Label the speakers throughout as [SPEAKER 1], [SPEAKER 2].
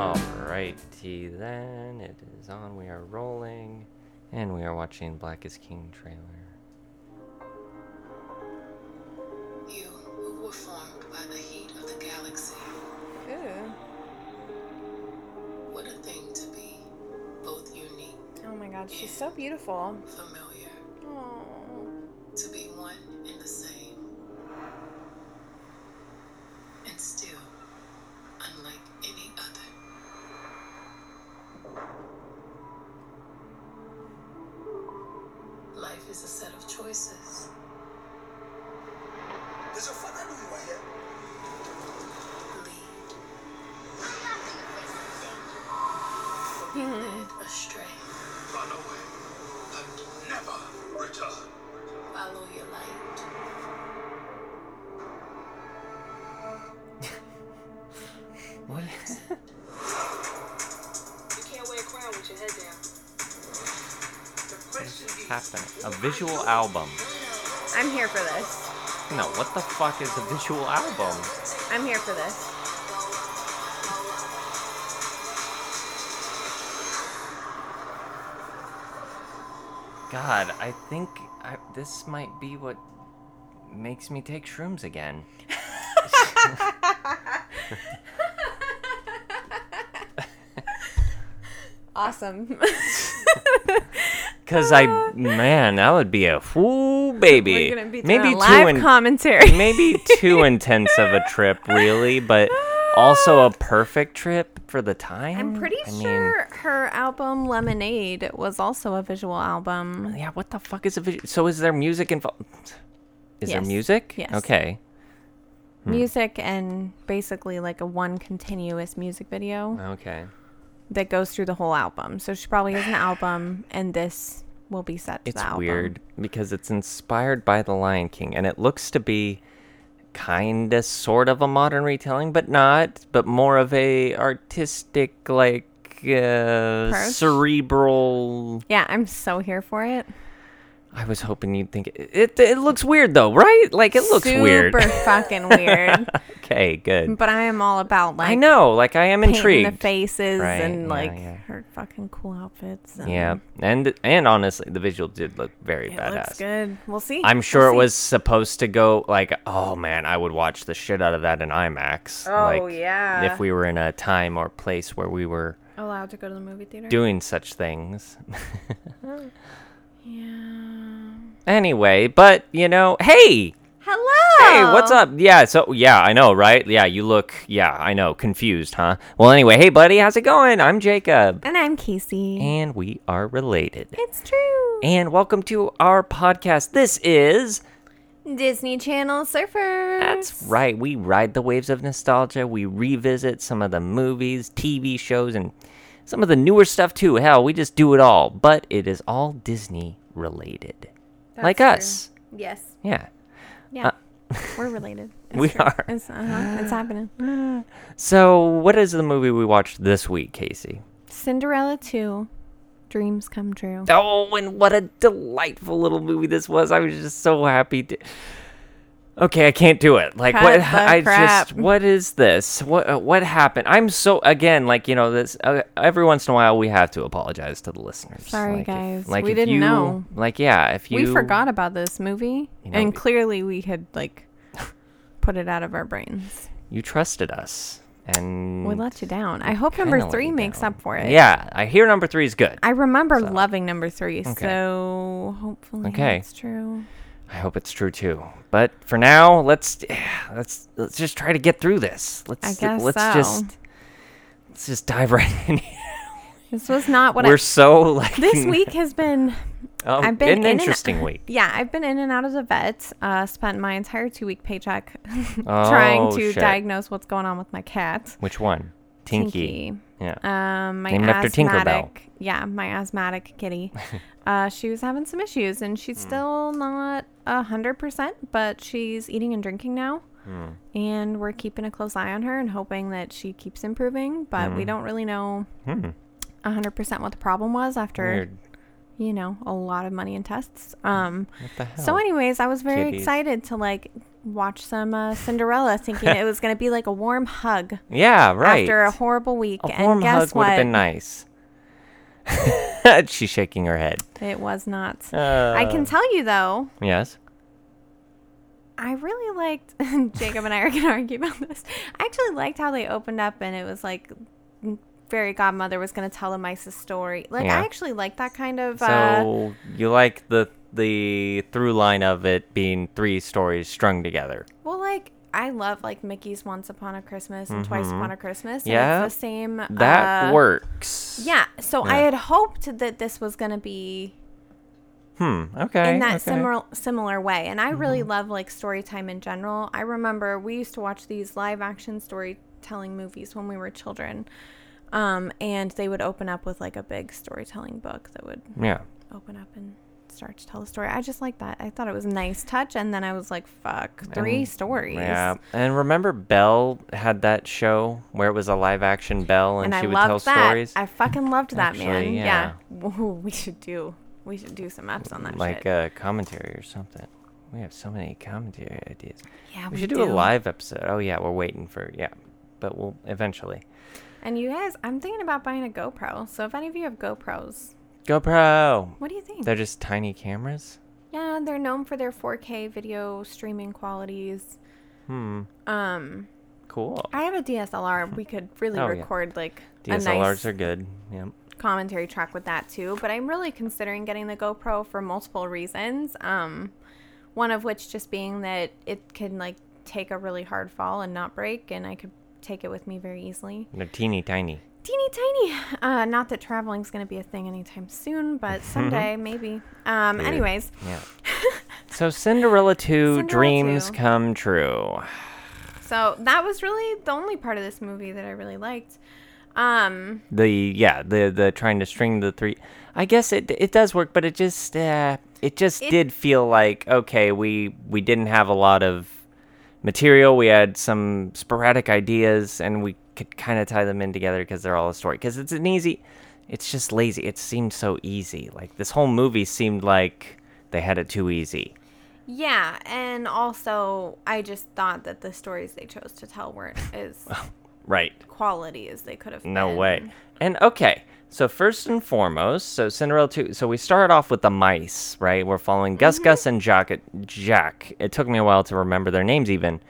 [SPEAKER 1] Alrighty then, it is on. We are rolling, and we are watching Black is King trailer.
[SPEAKER 2] You who were formed by the heat of the galaxy.
[SPEAKER 3] Ooh.
[SPEAKER 2] What a thing to be. Both unique,
[SPEAKER 3] Oh my god, she's so beautiful.
[SPEAKER 2] familiar,
[SPEAKER 3] Aww.
[SPEAKER 2] to be one and the same. And still, unlike any other. Life is a set of choices.
[SPEAKER 4] There's a Fernando right here.
[SPEAKER 2] Lead astray.
[SPEAKER 4] Run away and never return.
[SPEAKER 2] Follow your light.
[SPEAKER 1] What?
[SPEAKER 2] You can't wear a crown with your head down.
[SPEAKER 1] What's happening? A visual album.
[SPEAKER 3] I'm here for this.
[SPEAKER 1] No, what the fuck is a visual album?
[SPEAKER 3] I'm here for this.
[SPEAKER 1] God, I think I, this might be what makes me take shrooms again.
[SPEAKER 3] Awesome.
[SPEAKER 1] Cause
[SPEAKER 2] Uh.
[SPEAKER 1] I, man, that would be a fool baby.
[SPEAKER 3] We're gonna be doing
[SPEAKER 1] maybe
[SPEAKER 3] a live
[SPEAKER 1] too in-
[SPEAKER 3] commentary.
[SPEAKER 1] maybe too intense of a trip, really, but also a perfect trip for the time.
[SPEAKER 3] I'm pretty
[SPEAKER 1] I mean,
[SPEAKER 3] sure her album Lemonade was also a visual album.
[SPEAKER 1] yeah. What the fuck is a video? So is there music involved? Is there
[SPEAKER 3] Yes.
[SPEAKER 1] music?
[SPEAKER 3] Yes.
[SPEAKER 1] Okay. Hmm.
[SPEAKER 3] Music and basically like a one continuous music video
[SPEAKER 1] Okay.
[SPEAKER 3] that goes through the whole album. So she probably has an album and this will be set to
[SPEAKER 1] It's
[SPEAKER 3] the album.
[SPEAKER 1] weird because it's inspired by The Lion King and it looks to be kind of sort of a modern retelling but not but more of a artistic like uh,
[SPEAKER 3] Approach?
[SPEAKER 1] cerebral
[SPEAKER 3] Yeah, I'm so here for it.
[SPEAKER 1] I was hoping you'd think it, it it looks weird though, right? Like it looks
[SPEAKER 3] Super
[SPEAKER 1] weird.
[SPEAKER 3] fucking weird.
[SPEAKER 1] okay, good.
[SPEAKER 3] But I am all about like
[SPEAKER 1] I know, like I am
[SPEAKER 3] painting the
[SPEAKER 1] intrigued.
[SPEAKER 3] faces
[SPEAKER 1] Right,
[SPEAKER 3] and
[SPEAKER 1] yeah,
[SPEAKER 3] like
[SPEAKER 1] yeah.
[SPEAKER 3] her fucking cool outfits. And
[SPEAKER 1] Yeah. And and honestly, the visual did look very
[SPEAKER 3] it
[SPEAKER 1] badass.
[SPEAKER 3] looks good. We'll see.
[SPEAKER 1] I'm
[SPEAKER 3] We'll
[SPEAKER 1] sure it
[SPEAKER 3] see.
[SPEAKER 1] was supposed to go like, oh man, I would watch the shit out of that in IMAX.
[SPEAKER 3] Oh,
[SPEAKER 1] like,
[SPEAKER 3] yeah.
[SPEAKER 1] If we were in a time or place where we were
[SPEAKER 3] allowed to go to the movie theater.
[SPEAKER 1] doing such things.
[SPEAKER 3] yeah.
[SPEAKER 1] anyway, but you know, hey,
[SPEAKER 3] Hello.
[SPEAKER 1] hey, what's up? Yeah, so yeah, I know, right? Yeah, you look, yeah, I know, confused, huh? Well, anyway, hey, buddy, how's it going? I'm Jacob,
[SPEAKER 3] And I'm Casey.
[SPEAKER 1] and we are related.
[SPEAKER 3] it's true.
[SPEAKER 1] And welcome to our podcast. This is
[SPEAKER 3] Disney Channel surfers.
[SPEAKER 1] That's right. We ride the waves of nostalgia. We revisit some of the movies, TV shows, and some of the newer stuff too. Hell, we just do it all, but it is all Disney related. like
[SPEAKER 3] true.
[SPEAKER 1] us.
[SPEAKER 3] Yes.
[SPEAKER 1] Yeah.
[SPEAKER 3] Yeah.
[SPEAKER 1] Uh,
[SPEAKER 3] We're related. It's
[SPEAKER 1] We
[SPEAKER 3] true.
[SPEAKER 1] are.
[SPEAKER 3] It's, uh-huh, it's happening.
[SPEAKER 1] So, what is the movie we watched this week, Casey?
[SPEAKER 3] Cinderella 2. Dreams come true.
[SPEAKER 1] Oh, and what a delightful little movie this was. I was just so happy to Okay, I can't do it. Like
[SPEAKER 3] Cut
[SPEAKER 1] what
[SPEAKER 3] the
[SPEAKER 1] I
[SPEAKER 3] crap.
[SPEAKER 1] just what is this? What uh, what happened? I'm so again like, you know, this uh, every once in a while we have to apologize to the listeners.
[SPEAKER 3] Sorry,
[SPEAKER 1] like if-
[SPEAKER 3] guys.
[SPEAKER 1] like
[SPEAKER 3] We
[SPEAKER 1] if
[SPEAKER 3] didn't
[SPEAKER 1] you-
[SPEAKER 3] know.
[SPEAKER 1] Like yeah, if you
[SPEAKER 3] we forgot about this movie,
[SPEAKER 1] You know,
[SPEAKER 3] and
[SPEAKER 1] it-
[SPEAKER 3] clearly we had like put it out of our brains.
[SPEAKER 1] you trusted us and
[SPEAKER 3] We let you down. I hope
[SPEAKER 1] kinda
[SPEAKER 3] number
[SPEAKER 1] let
[SPEAKER 3] three
[SPEAKER 1] you
[SPEAKER 3] makes
[SPEAKER 1] down.
[SPEAKER 3] up for it.
[SPEAKER 1] Yeah, I hear number 3 is good. I,
[SPEAKER 3] I remember loving number three, so hopefully
[SPEAKER 1] Okay.
[SPEAKER 3] it's true.
[SPEAKER 1] hope it's true too. But for now, let's let's let's just try to get through this. Let's
[SPEAKER 3] I guess
[SPEAKER 1] let's
[SPEAKER 3] so.
[SPEAKER 1] just let's just dive right in here.
[SPEAKER 3] This was not what I
[SPEAKER 1] We're so like
[SPEAKER 3] this week has been
[SPEAKER 1] um,
[SPEAKER 3] I've been
[SPEAKER 1] an
[SPEAKER 3] in and-
[SPEAKER 1] interesting week.
[SPEAKER 3] yeah i've been in and out of the vet uh, spent my entire two week paycheck trying
[SPEAKER 1] Oh,
[SPEAKER 3] to
[SPEAKER 1] shit.
[SPEAKER 3] diagnose what's going on with my cat
[SPEAKER 1] Which one? Tinky. Yeah.
[SPEAKER 3] Um, my
[SPEAKER 1] Named after
[SPEAKER 3] asthmatic,
[SPEAKER 1] Tinkerbell.
[SPEAKER 3] yeah, my asthmatic kitty. uh, she was having some issues, and
[SPEAKER 1] Hmm.
[SPEAKER 3] she's still not a hundred percent, but she's eating and drinking now,
[SPEAKER 1] Hmm.
[SPEAKER 3] and we're keeping a close eye on her and hoping that she keeps improving. But
[SPEAKER 1] Hmm.
[SPEAKER 3] we don't really know a hundred percent what the problem was after
[SPEAKER 1] Weird.
[SPEAKER 3] you know a lot of money and tests. Um,
[SPEAKER 1] What the hell?
[SPEAKER 3] so, anyways, I was very
[SPEAKER 1] Kitties.
[SPEAKER 3] excited to like watch some uh, Cinderella, thinking it was going to be like a warm hug
[SPEAKER 1] yeah, right.
[SPEAKER 3] after a horrible week.
[SPEAKER 1] A warm
[SPEAKER 3] and guess
[SPEAKER 1] hug would
[SPEAKER 3] what?
[SPEAKER 1] have been nice. She's shaking her head.
[SPEAKER 3] It was not. I
[SPEAKER 1] Uh.
[SPEAKER 3] can tell you though,
[SPEAKER 1] Yes.
[SPEAKER 3] I really liked. Jacob and I are going to argue about this. I actually liked how they opened up, and it was like fairy godmother was going to tell him Mice's story. Like
[SPEAKER 1] Yeah.
[SPEAKER 3] I actually liked that kind of. uh,
[SPEAKER 1] So you like the the through line of it being three stories strung together.
[SPEAKER 3] well, like. I love like Mickey's Once Upon a Christmas and Twice Upon a Christmas. and
[SPEAKER 1] Mm-hmm. Yeah.
[SPEAKER 3] it's the same.
[SPEAKER 1] That
[SPEAKER 3] uh,
[SPEAKER 1] works.
[SPEAKER 3] Yeah. So I
[SPEAKER 1] Yeah.
[SPEAKER 3] had hoped that this was going to be
[SPEAKER 1] Hmm. Okay.
[SPEAKER 3] in
[SPEAKER 1] okay.
[SPEAKER 3] that
[SPEAKER 1] Mm-hmm.
[SPEAKER 3] similar similar way, and I really love like story time in general. I remember we used to watch these live action storytelling movies when we were children, um, and they would open up with like a big storytelling book that would
[SPEAKER 1] Yeah.
[SPEAKER 3] open up and start to tell a story. I just like that. I thought it was a nice touch, and then I was like, "Fuck, three stories."
[SPEAKER 1] Yeah. And remember, Belle had that show where it was a live action Belle, and,
[SPEAKER 3] and I
[SPEAKER 1] she would tell
[SPEAKER 3] loved that.
[SPEAKER 1] stories.
[SPEAKER 3] I fucking loved that man.
[SPEAKER 1] Actually,
[SPEAKER 3] Yeah, Woo, we should do we should do some apps on that.
[SPEAKER 1] like uh,
[SPEAKER 3] shit.
[SPEAKER 1] a commentary or something. We have so many commentary ideas.
[SPEAKER 3] yeah,
[SPEAKER 1] we, should do, a live episode. Oh yeah, we're waiting for yeah, but we'll eventually.
[SPEAKER 3] And you guys, I'm thinking about buying a GoPro. So if any of you have GoPros,
[SPEAKER 1] GoPro.
[SPEAKER 3] what do you think?
[SPEAKER 1] They're just tiny cameras.
[SPEAKER 3] yeah, they're known for their 4K video streaming qualities.
[SPEAKER 1] Hmm.
[SPEAKER 3] Um,
[SPEAKER 1] Cool.
[SPEAKER 3] I have a DSLR. We could really
[SPEAKER 1] Oh, yeah.
[SPEAKER 3] record like
[SPEAKER 1] DSLRs
[SPEAKER 3] a nice
[SPEAKER 1] are good. Yep.
[SPEAKER 3] commentary track with that too. But I'm really considering getting the GoPro for multiple reasons. Um, one of which just being that it can like take a really hard fall and not break, and I could take it with me very easily.
[SPEAKER 1] They're teeny tiny.
[SPEAKER 3] teeny tiny. Uh, not that traveling's going to be a thing anytime soon, but someday maybe. Um, anyways,
[SPEAKER 1] Yeah. so Cinderella 2
[SPEAKER 3] Cinderella
[SPEAKER 1] dreams
[SPEAKER 3] 2.
[SPEAKER 1] come true.
[SPEAKER 3] so that was really the only part of this movie that I really liked. Um,
[SPEAKER 1] The yeah, the the trying to string the three I guess it it does work, but it just uh it just
[SPEAKER 3] It-
[SPEAKER 1] did feel like okay, we we didn't have a lot of material. We had some sporadic ideas and we could kind of tie them in together cuz they're all a story cuz it's an easy it's just lazy. It seemed so easy. Like this whole movie seemed like they had it too easy.
[SPEAKER 3] yeah, and also I just thought that the stories they chose to tell weren't as
[SPEAKER 1] Right.
[SPEAKER 3] quality as they could have.
[SPEAKER 1] No
[SPEAKER 3] been.
[SPEAKER 1] way. And okay, so first and foremost, so Cinderella 2, so we start off with the mice, right? We're following Gus
[SPEAKER 3] Mm-hmm.
[SPEAKER 1] Gus and Jock. Jack. It took me a while to remember their names even.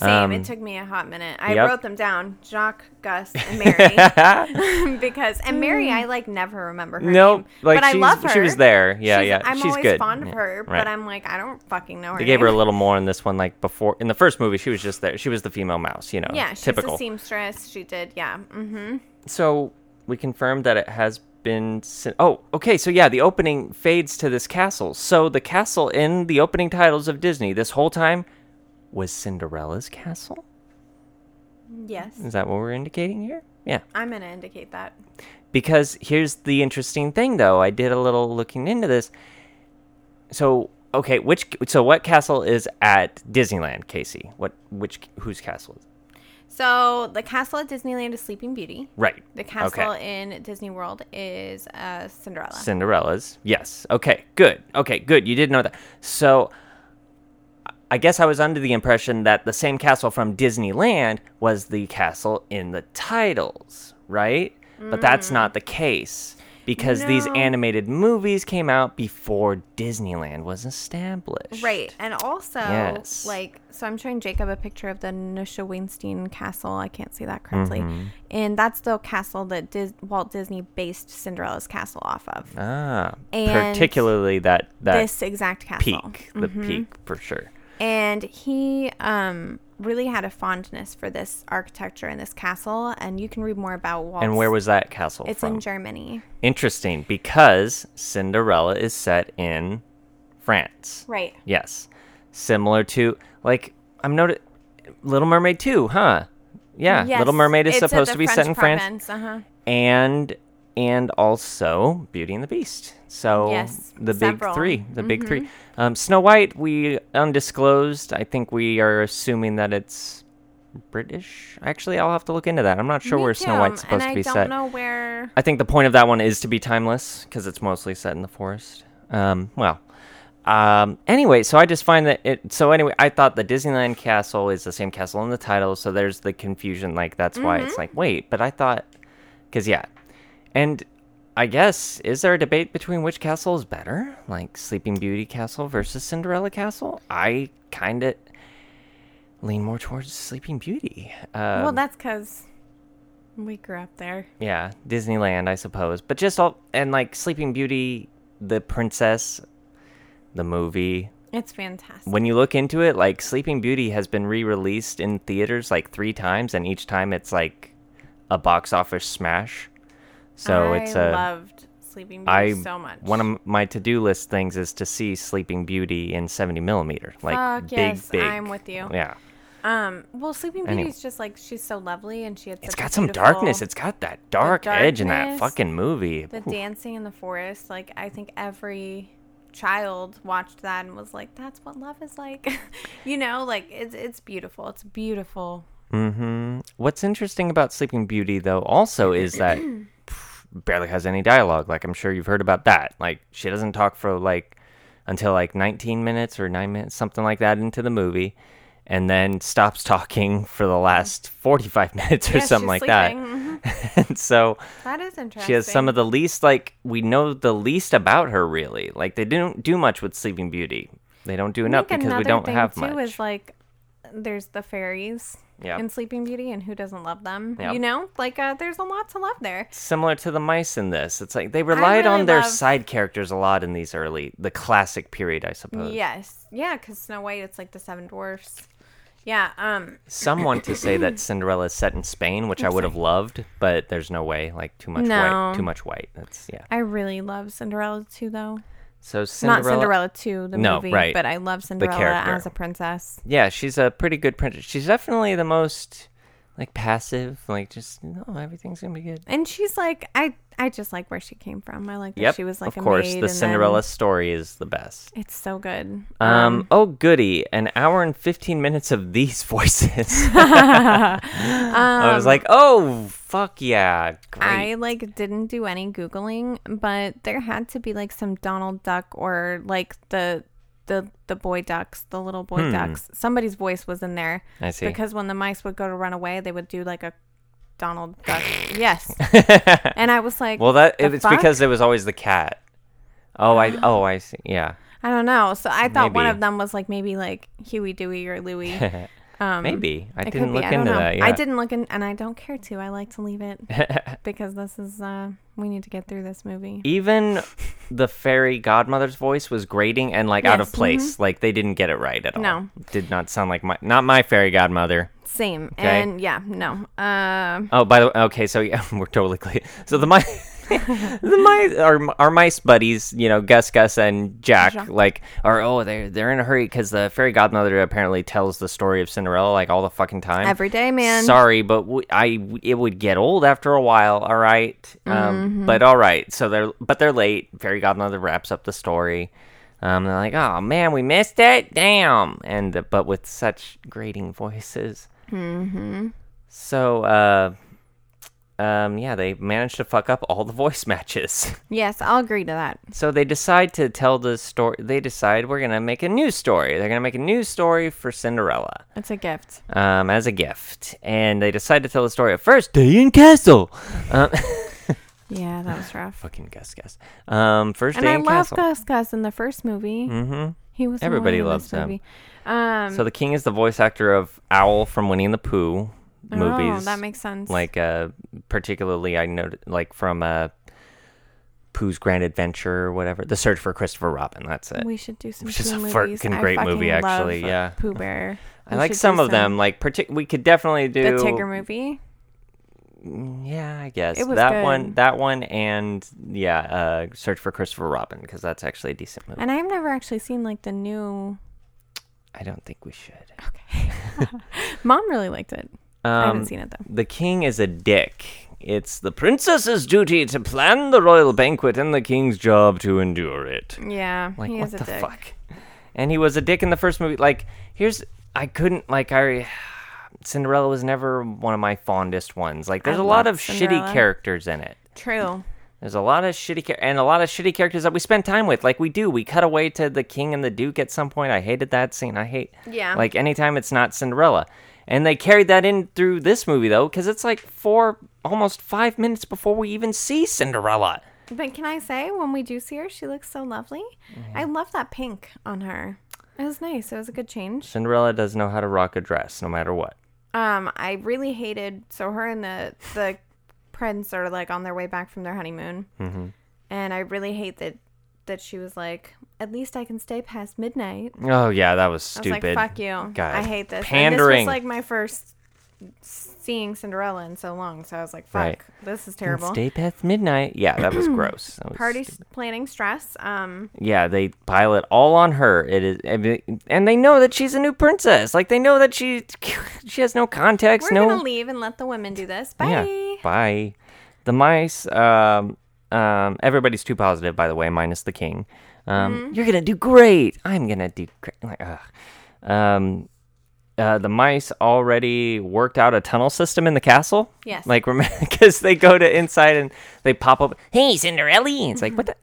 [SPEAKER 3] Same.
[SPEAKER 1] Um,
[SPEAKER 3] it took me a hot minute. I
[SPEAKER 1] yep.
[SPEAKER 3] wrote them down: Jacques, Gus, and Mary, because and Mary, I like never remember her
[SPEAKER 1] Nope,
[SPEAKER 3] name,
[SPEAKER 1] like,
[SPEAKER 3] but I
[SPEAKER 1] she's-
[SPEAKER 3] love her.
[SPEAKER 1] she was there. Yeah,
[SPEAKER 3] She's-
[SPEAKER 1] yeah,
[SPEAKER 3] I'm
[SPEAKER 1] she's
[SPEAKER 3] always
[SPEAKER 1] good.
[SPEAKER 3] fond of
[SPEAKER 1] Yeah,
[SPEAKER 3] her,
[SPEAKER 1] right.
[SPEAKER 3] but I'm like, I don't fucking know her.
[SPEAKER 1] They gave her a
[SPEAKER 3] name.
[SPEAKER 1] little more in this one, like before. In the first movie, she was just there. She was the female mouse, you know.
[SPEAKER 3] Yeah, she's
[SPEAKER 1] typical.
[SPEAKER 3] a seamstress. She did. Yeah. Mm-hmm.
[SPEAKER 1] so we confirmed that it has been sin- oh okay so yeah the opening fades to this castle so the castle in the opening titles of disney this whole time was cinderella's castle
[SPEAKER 3] Yes.
[SPEAKER 1] is that what we're indicating here yeah
[SPEAKER 3] I'm gonna indicate that.
[SPEAKER 1] because here's the interesting thing though i did a little looking into this so okay which so what castle is at disneyland casey what which whose castle is
[SPEAKER 3] So the castle at Disneyland is Sleeping Beauty.
[SPEAKER 1] right
[SPEAKER 3] The castle
[SPEAKER 1] okay.
[SPEAKER 3] in Disney World is uh, Cinderella.
[SPEAKER 1] Cinderella's. Yes. Okay. Good. Okay. Good. You did know that. So, I guess I was under the impression that the same castle from Disneyland was the castle in the titles, right? But that's not the case because these
[SPEAKER 3] Mm. No.
[SPEAKER 1] animated movies came out before Disneyland was established.
[SPEAKER 3] Right, and also
[SPEAKER 1] Yes.
[SPEAKER 3] like so, I'm showing Jacob a picture of the Nusha Weinstein Castle. I can't say that correctly,
[SPEAKER 1] Mm-hmm.
[SPEAKER 3] and that's the castle that Dis- Walt Disney based Cinderella's castle off of.
[SPEAKER 1] Ah.
[SPEAKER 3] And
[SPEAKER 1] particularly that that
[SPEAKER 3] this exact
[SPEAKER 1] peak,
[SPEAKER 3] castle. Mm-hmm.
[SPEAKER 1] the peak for sure.
[SPEAKER 3] and he um, really had a fondness for this architecture and this castle. And you can read more about Walt.
[SPEAKER 1] And where was that castle
[SPEAKER 3] it's
[SPEAKER 1] from?
[SPEAKER 3] in Germany,
[SPEAKER 1] Interesting because Cinderella is set in France.
[SPEAKER 3] right?
[SPEAKER 1] Yes. Similar to like I'm noted Little Mermaid 2, huh? Yeah, Little
[SPEAKER 3] Yes,
[SPEAKER 1] Mermaid is
[SPEAKER 3] it's at
[SPEAKER 1] supposed
[SPEAKER 3] the
[SPEAKER 1] to be set in France,
[SPEAKER 3] province, Uh-huh.
[SPEAKER 1] and and also Beauty and the Beast. So
[SPEAKER 3] Yes,
[SPEAKER 1] the
[SPEAKER 3] several. Mm-hmm.
[SPEAKER 1] big three, the big three. Um, Snow White, we undisclosed. I think we are assuming that it's British. Actually, I'll have to look into that. I'm not sure
[SPEAKER 3] Me
[SPEAKER 1] where
[SPEAKER 3] too,
[SPEAKER 1] Snow White's supposed
[SPEAKER 3] and
[SPEAKER 1] to be
[SPEAKER 3] I don't
[SPEAKER 1] set.
[SPEAKER 3] know where.
[SPEAKER 1] I think the point of that one is to be timeless because it's mostly set in the forest. Um, well, um, anyway, so I just find that it. So anyway, I thought the Disneyland castle is the same castle in the title, so there's the confusion. Like that's why it's like wait, but I thought because yeah, and I guess is there a debate between which castle is better, like Sleeping Beauty Castle versus Cinderella Castle? I kind of lean more towards Sleeping Beauty. Um,
[SPEAKER 3] well, that's because we grew up there.
[SPEAKER 1] yeah, Disneyland, I suppose. But just all and like Sleeping Beauty, the princess, the movie.
[SPEAKER 3] It's fantastic.
[SPEAKER 1] When you look into it, like Sleeping Beauty has been re-released in theaters like 3 times and each time it's like a box office smash. So
[SPEAKER 3] I
[SPEAKER 1] it's a
[SPEAKER 3] loved Sleeping Beauty
[SPEAKER 1] I
[SPEAKER 3] so much.
[SPEAKER 1] one of my to-do list things is to see Sleeping Beauty in 70 millimeter, like
[SPEAKER 3] Fuck
[SPEAKER 1] big,
[SPEAKER 3] yes,
[SPEAKER 1] big.
[SPEAKER 3] I'm with you.
[SPEAKER 1] Yeah,
[SPEAKER 3] um, well, Sleeping Beauty's
[SPEAKER 1] Anyway.
[SPEAKER 3] just like she's so lovely, and she had
[SPEAKER 1] it's
[SPEAKER 3] such a
[SPEAKER 1] got some
[SPEAKER 3] beautiful-
[SPEAKER 1] darkness. It's got that dark edge in that
[SPEAKER 3] darkness,
[SPEAKER 1] fucking movie.
[SPEAKER 3] the
[SPEAKER 1] Oof.
[SPEAKER 3] dancing in the forest. Like I think every child watched that and was like, "That's what love is like," you know. Like it's it's beautiful. It's beautiful.
[SPEAKER 1] hmm What's interesting about Sleeping Beauty, though, also is that pff, barely has any dialogue. Like I'm sure you've heard about that. Like she doesn't talk for like until like 19 minutes or nine minutes, something like that, into the movie, and then stops talking for the last 45 minutes or
[SPEAKER 3] Yeah,
[SPEAKER 1] something
[SPEAKER 3] she's
[SPEAKER 1] like
[SPEAKER 3] sleeping. Mhm.
[SPEAKER 1] that. and so
[SPEAKER 3] That is interesting.
[SPEAKER 1] she has some of the least like we know the least about her really. Like they didn't do much with Sleeping Beauty. They don't do
[SPEAKER 3] I
[SPEAKER 1] enough
[SPEAKER 3] think
[SPEAKER 1] because we
[SPEAKER 3] another
[SPEAKER 1] don't
[SPEAKER 3] thing,
[SPEAKER 1] have
[SPEAKER 3] too,
[SPEAKER 1] much.
[SPEAKER 3] Is like there's the fairies
[SPEAKER 1] Yep.
[SPEAKER 3] in Sleeping Beauty, and who doesn't love them?
[SPEAKER 1] Yep.
[SPEAKER 3] You know, like uh, there's a lot to love there.
[SPEAKER 1] similar to the mice in this. It's like they relied
[SPEAKER 3] really
[SPEAKER 1] on their
[SPEAKER 3] love-
[SPEAKER 1] side characters a lot in these early, the classic period, I suppose.
[SPEAKER 3] Yes, yeah, because Snow White, it's like the Seven Dwarfs. Yeah, um,
[SPEAKER 1] Some want to say that Cinderella is set in Spain, which I would have loved, but there's no way. Like too much
[SPEAKER 3] No.
[SPEAKER 1] white, too much white. That's yeah.
[SPEAKER 3] I really love Cinderella too, though.
[SPEAKER 1] So Cinderella,
[SPEAKER 3] Not Cinderella two, the
[SPEAKER 1] No,
[SPEAKER 3] movie,
[SPEAKER 1] right.
[SPEAKER 3] but I love Cinderella
[SPEAKER 1] character.
[SPEAKER 3] as a princess.
[SPEAKER 1] yeah, she's a pretty good princess. She's definitely the most like passive, like just no, everything's gonna be good.
[SPEAKER 3] And she's like, I, I just like where she came from. I like that
[SPEAKER 1] Yep,
[SPEAKER 3] she was like,
[SPEAKER 1] of
[SPEAKER 3] a
[SPEAKER 1] course,
[SPEAKER 3] maid
[SPEAKER 1] the
[SPEAKER 3] and then-
[SPEAKER 1] Cinderella story is the best.
[SPEAKER 3] It's so good.
[SPEAKER 1] Um, oh goody, an hour and 15 minutes of these voices. I was like, oh, fuck yeah. Great.
[SPEAKER 3] Um, I like didn't do any googling, but there had to be like some Donald Duck or like the the the boy ducks, the little boy ducks. Somebody's voice was in there.
[SPEAKER 1] Hmm. I see.
[SPEAKER 3] Because when the mice would go to run away, they would do like a Donald Duck. yes. And I was like,
[SPEAKER 1] well, that
[SPEAKER 3] "The
[SPEAKER 1] it's
[SPEAKER 3] fuck?"
[SPEAKER 1] because it was always the cat. Oh, I oh I see. Yeah,
[SPEAKER 3] I don't know. So I thought one
[SPEAKER 1] Maybe.
[SPEAKER 3] of them was like maybe like Huey, Dewey, or Louie. Um,
[SPEAKER 1] maybe I
[SPEAKER 3] It could
[SPEAKER 1] didn't
[SPEAKER 3] be.
[SPEAKER 1] look
[SPEAKER 3] I don't
[SPEAKER 1] into
[SPEAKER 3] know.
[SPEAKER 1] that. Yeah.
[SPEAKER 3] I didn't look in, and I don't care to. I like to leave it because this is uh we need to get through this movie.
[SPEAKER 1] Even the fairy godmother's voice was grating and like out
[SPEAKER 3] Yes,
[SPEAKER 1] of
[SPEAKER 3] mm-hmm.
[SPEAKER 1] place. Like they didn't get it right at all.
[SPEAKER 3] No.
[SPEAKER 1] did not sound like my not my fairy godmother.
[SPEAKER 3] Same.
[SPEAKER 1] Okay.
[SPEAKER 3] And yeah, no. Um
[SPEAKER 1] Oh, by the way, okay, so yeah, we're totally clear. So the mice, the mice, our our mice buddies, you know, Gus, Gus, and Jack,
[SPEAKER 3] Jacques.
[SPEAKER 1] like, are oh, they're they're in a hurry because the fairy godmother apparently tells the story of Cinderella like all the fucking time.
[SPEAKER 3] every day, man.
[SPEAKER 1] Sorry, but w- I it would get old after a while. All right, um, but all right. So they're but they're late. Fairy Godmother wraps up the story. Um, they're like, oh man, we missed it. Damn. And uh, but with such grating voices. Mm-hmm. So uh, um, yeah, they managed to fuck up all the voice matches.
[SPEAKER 3] Yes, I'll agree to that.
[SPEAKER 1] So they decide to tell the story. They decide we're gonna make a new story. They're gonna make a new story for Cinderella
[SPEAKER 3] It's a gift.
[SPEAKER 1] um, as a gift, and they decide to tell the story of first day in castle. Um,
[SPEAKER 3] Yeah, that was rough.
[SPEAKER 1] fucking Gus, Gus. Um, first
[SPEAKER 3] and
[SPEAKER 1] day
[SPEAKER 3] I
[SPEAKER 1] in
[SPEAKER 3] love
[SPEAKER 1] castle.
[SPEAKER 3] Gus Gus in the first movie. Mm-hmm. He was annoying
[SPEAKER 1] Everybody
[SPEAKER 3] in
[SPEAKER 1] loves
[SPEAKER 3] this
[SPEAKER 1] him.
[SPEAKER 3] movie. Um,
[SPEAKER 1] So the king is the voice actor of Owl from Winnie the Pooh movies.
[SPEAKER 3] Oh, that makes sense.
[SPEAKER 1] like uh, particularly I noted like from uh, Pooh's Grand Adventure or whatever. The Search for Christopher Robin. That's it.
[SPEAKER 3] we should do some
[SPEAKER 1] Which is
[SPEAKER 3] Pooh
[SPEAKER 1] a
[SPEAKER 3] movies.
[SPEAKER 1] fucking
[SPEAKER 3] I
[SPEAKER 1] great
[SPEAKER 3] fucking
[SPEAKER 1] movie,
[SPEAKER 3] love
[SPEAKER 1] actually, yeah.
[SPEAKER 3] Pooh Bear.
[SPEAKER 1] I
[SPEAKER 3] We
[SPEAKER 1] like
[SPEAKER 3] should
[SPEAKER 1] some
[SPEAKER 3] do
[SPEAKER 1] of them. Like partic- we could definitely
[SPEAKER 3] The
[SPEAKER 1] do
[SPEAKER 3] Tigger movie.
[SPEAKER 1] Yeah, I guess
[SPEAKER 3] It was
[SPEAKER 1] that
[SPEAKER 3] good.
[SPEAKER 1] one, that one, and yeah, uh, Search for Christopher Robin because that's actually a decent movie.
[SPEAKER 3] And I've never actually seen like the new.
[SPEAKER 1] I don't think we should.
[SPEAKER 3] Mom really liked it. I
[SPEAKER 1] Um,
[SPEAKER 3] haven't seen it though.
[SPEAKER 1] The king is a dick. It's the princess's duty to plan the royal banquet and the king's job to endure it.
[SPEAKER 3] Yeah,
[SPEAKER 1] Like
[SPEAKER 3] he
[SPEAKER 1] what
[SPEAKER 3] is a
[SPEAKER 1] the
[SPEAKER 3] dick.
[SPEAKER 1] fuck? And he was a dick in the first movie. Like here's I couldn't like I Cinderella was never one of my fondest ones. Like there's
[SPEAKER 3] I
[SPEAKER 1] a lot
[SPEAKER 3] love
[SPEAKER 1] of shitty
[SPEAKER 3] Cinderella.
[SPEAKER 1] characters in it.
[SPEAKER 3] True.
[SPEAKER 1] There's a lot of shitty char- and a lot of shitty characters that we spend time with. Like we do, we cut away to the king and the duke at some point. I hated that scene. I hate
[SPEAKER 3] Yeah.
[SPEAKER 1] Like anytime it's not Cinderella, and they carried that in through this movie though, because it's like four, almost five minutes before we even see Cinderella.
[SPEAKER 3] But can I say, when we do see her, she looks so lovely.
[SPEAKER 1] Mm-hmm.
[SPEAKER 3] I love that pink on her. It was nice. It was a good change.
[SPEAKER 1] Cinderella does know how to rock a dress, no matter what.
[SPEAKER 3] Um, I really hated. So her and the the prince are like on their way back from their honeymoon,
[SPEAKER 1] Mm-hmm.
[SPEAKER 3] and I really hate that that she was like, "At least I can stay past midnight."
[SPEAKER 1] Oh yeah, that was
[SPEAKER 3] I was
[SPEAKER 1] stupid.
[SPEAKER 3] like, "Fuck you!
[SPEAKER 1] God.
[SPEAKER 3] I hate this." And this
[SPEAKER 1] Pandering.
[SPEAKER 3] was like my first seeing Cinderella in so long, so I was like, "Fuck,
[SPEAKER 1] Right.
[SPEAKER 3] this is
[SPEAKER 1] And
[SPEAKER 3] terrible."
[SPEAKER 1] Stay past midnight. Yeah, that was gross. That was
[SPEAKER 3] Party s- planning stress. Um,
[SPEAKER 1] Yeah, they pile it all on her. It is, I mean, and they know that she's a new princess. Like they know that she she has no context.
[SPEAKER 3] we're
[SPEAKER 1] no,
[SPEAKER 3] gonna leave and let the women do this. Bye.
[SPEAKER 1] yeah, bye. The mice. Um, um, everybody's too positive, by the way, minus the king. Um,
[SPEAKER 3] Mm-hmm.
[SPEAKER 1] you're gonna do great. I'm gonna do great. Like, ugh. Um, uh, the mice already worked out a tunnel system in the castle.
[SPEAKER 3] Yes.
[SPEAKER 1] Like, remember, because they go to inside and they pop up. Hey, Cinderella! And it's like, what the?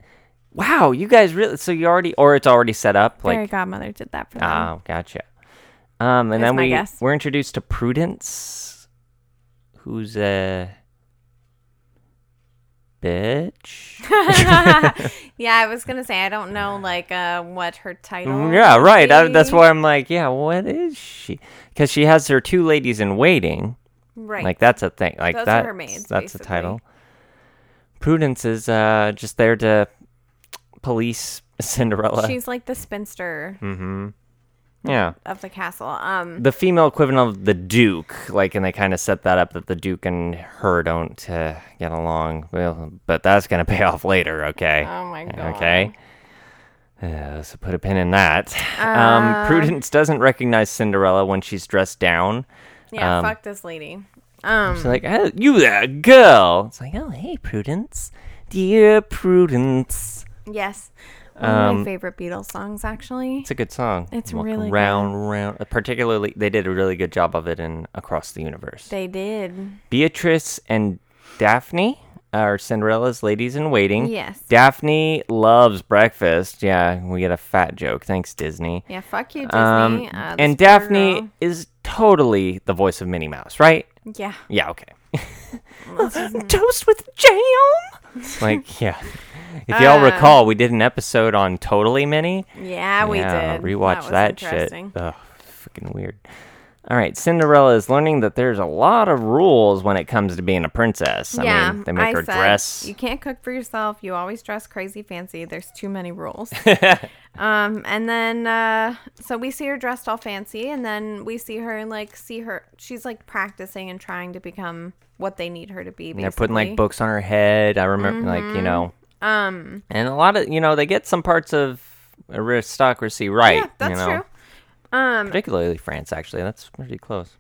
[SPEAKER 1] Wow, you guys really? So you already, or it's already set up.
[SPEAKER 3] Fairy
[SPEAKER 1] Like,
[SPEAKER 3] godmother did that for them.
[SPEAKER 1] oh, gotcha. Um, and
[SPEAKER 3] Is
[SPEAKER 1] then
[SPEAKER 3] my
[SPEAKER 1] we
[SPEAKER 3] guess.
[SPEAKER 1] we're introduced to Prudence, who's a bitch.
[SPEAKER 3] Oh, yeah, I was gonna say I don't know like uh, what her title.
[SPEAKER 1] Mm. yeah, right. I, that's
[SPEAKER 3] be.
[SPEAKER 1] why I'm like, yeah, what is she? Because she has her two ladies in waiting.
[SPEAKER 3] Right.
[SPEAKER 1] Like that's a thing. Like
[SPEAKER 3] Those
[SPEAKER 1] that's
[SPEAKER 3] are her maids,
[SPEAKER 1] that's the
[SPEAKER 3] basically.
[SPEAKER 1] title. Prudence is uh, just there to police Cinderella.
[SPEAKER 3] She's like the spinster
[SPEAKER 1] Mm. yeah,
[SPEAKER 3] of the castle. Um,
[SPEAKER 1] the female equivalent of the Duke. Like, and they kind of set that up that the Duke and her don't uh, get along. Well, but that's gonna pay off later. Okay.
[SPEAKER 3] oh my god.
[SPEAKER 1] Okay. Uh, so put a pin in that.
[SPEAKER 3] Uh.
[SPEAKER 1] um, Prudence doesn't recognize Cinderella when she's dressed down.
[SPEAKER 3] Yeah,
[SPEAKER 1] Um,
[SPEAKER 3] fuck this lady. Um,
[SPEAKER 1] She's like, "Oh, "You that girl?" It's like, "Oh, hey, Prudence, dear Prudence."
[SPEAKER 3] yes. One of my favorite Beatles songs, actually.
[SPEAKER 1] um, It's a good song.
[SPEAKER 3] It's
[SPEAKER 1] Walk
[SPEAKER 3] really
[SPEAKER 1] round, round. Particularly, they did a really good job of it in Across the Universe.
[SPEAKER 3] They did.
[SPEAKER 1] Beatrice and Daphne are Cinderella's ladies in waiting.
[SPEAKER 3] Yes.
[SPEAKER 1] Daphne loves breakfast. Yeah, we get a fat joke. Thanks, Disney.
[SPEAKER 3] Yeah, fuck you, Disney.
[SPEAKER 1] Um,
[SPEAKER 3] uh, this
[SPEAKER 1] and
[SPEAKER 3] poor
[SPEAKER 1] Daphne
[SPEAKER 3] girl.
[SPEAKER 1] is totally the voice of Minnie Mouse, right?
[SPEAKER 3] Yeah.
[SPEAKER 1] Yeah, okay. Toast with jam. like, yeah. If y'all
[SPEAKER 3] Uh,
[SPEAKER 1] recall, we did an episode on Totally Minnie.
[SPEAKER 3] Yeah, we
[SPEAKER 1] yeah,
[SPEAKER 3] did.
[SPEAKER 1] Rewatch
[SPEAKER 3] was
[SPEAKER 1] that, shit.
[SPEAKER 3] interesting.
[SPEAKER 1] Ugh, fucking weird. All right, Cinderella is learning that there's a lot of rules when it comes to being a princess. I
[SPEAKER 3] yeah,
[SPEAKER 1] mean, they make
[SPEAKER 3] I
[SPEAKER 1] her
[SPEAKER 3] said,
[SPEAKER 1] dress.
[SPEAKER 3] You can't cook for yourself. You always dress crazy fancy. There's too many rules. um, and then uh, so we see her dressed all fancy, and then we see her like see her. She's like practicing and trying to become what they need her to be. Basically.
[SPEAKER 1] They're putting like books on her head. I remember, like you know,
[SPEAKER 3] Mm-hmm. Um,
[SPEAKER 1] and a lot of you know they get some parts of aristocracy right.
[SPEAKER 3] yeah, that's
[SPEAKER 1] you know?
[SPEAKER 3] true. Um,
[SPEAKER 1] Particularly France, actually. That's pretty close.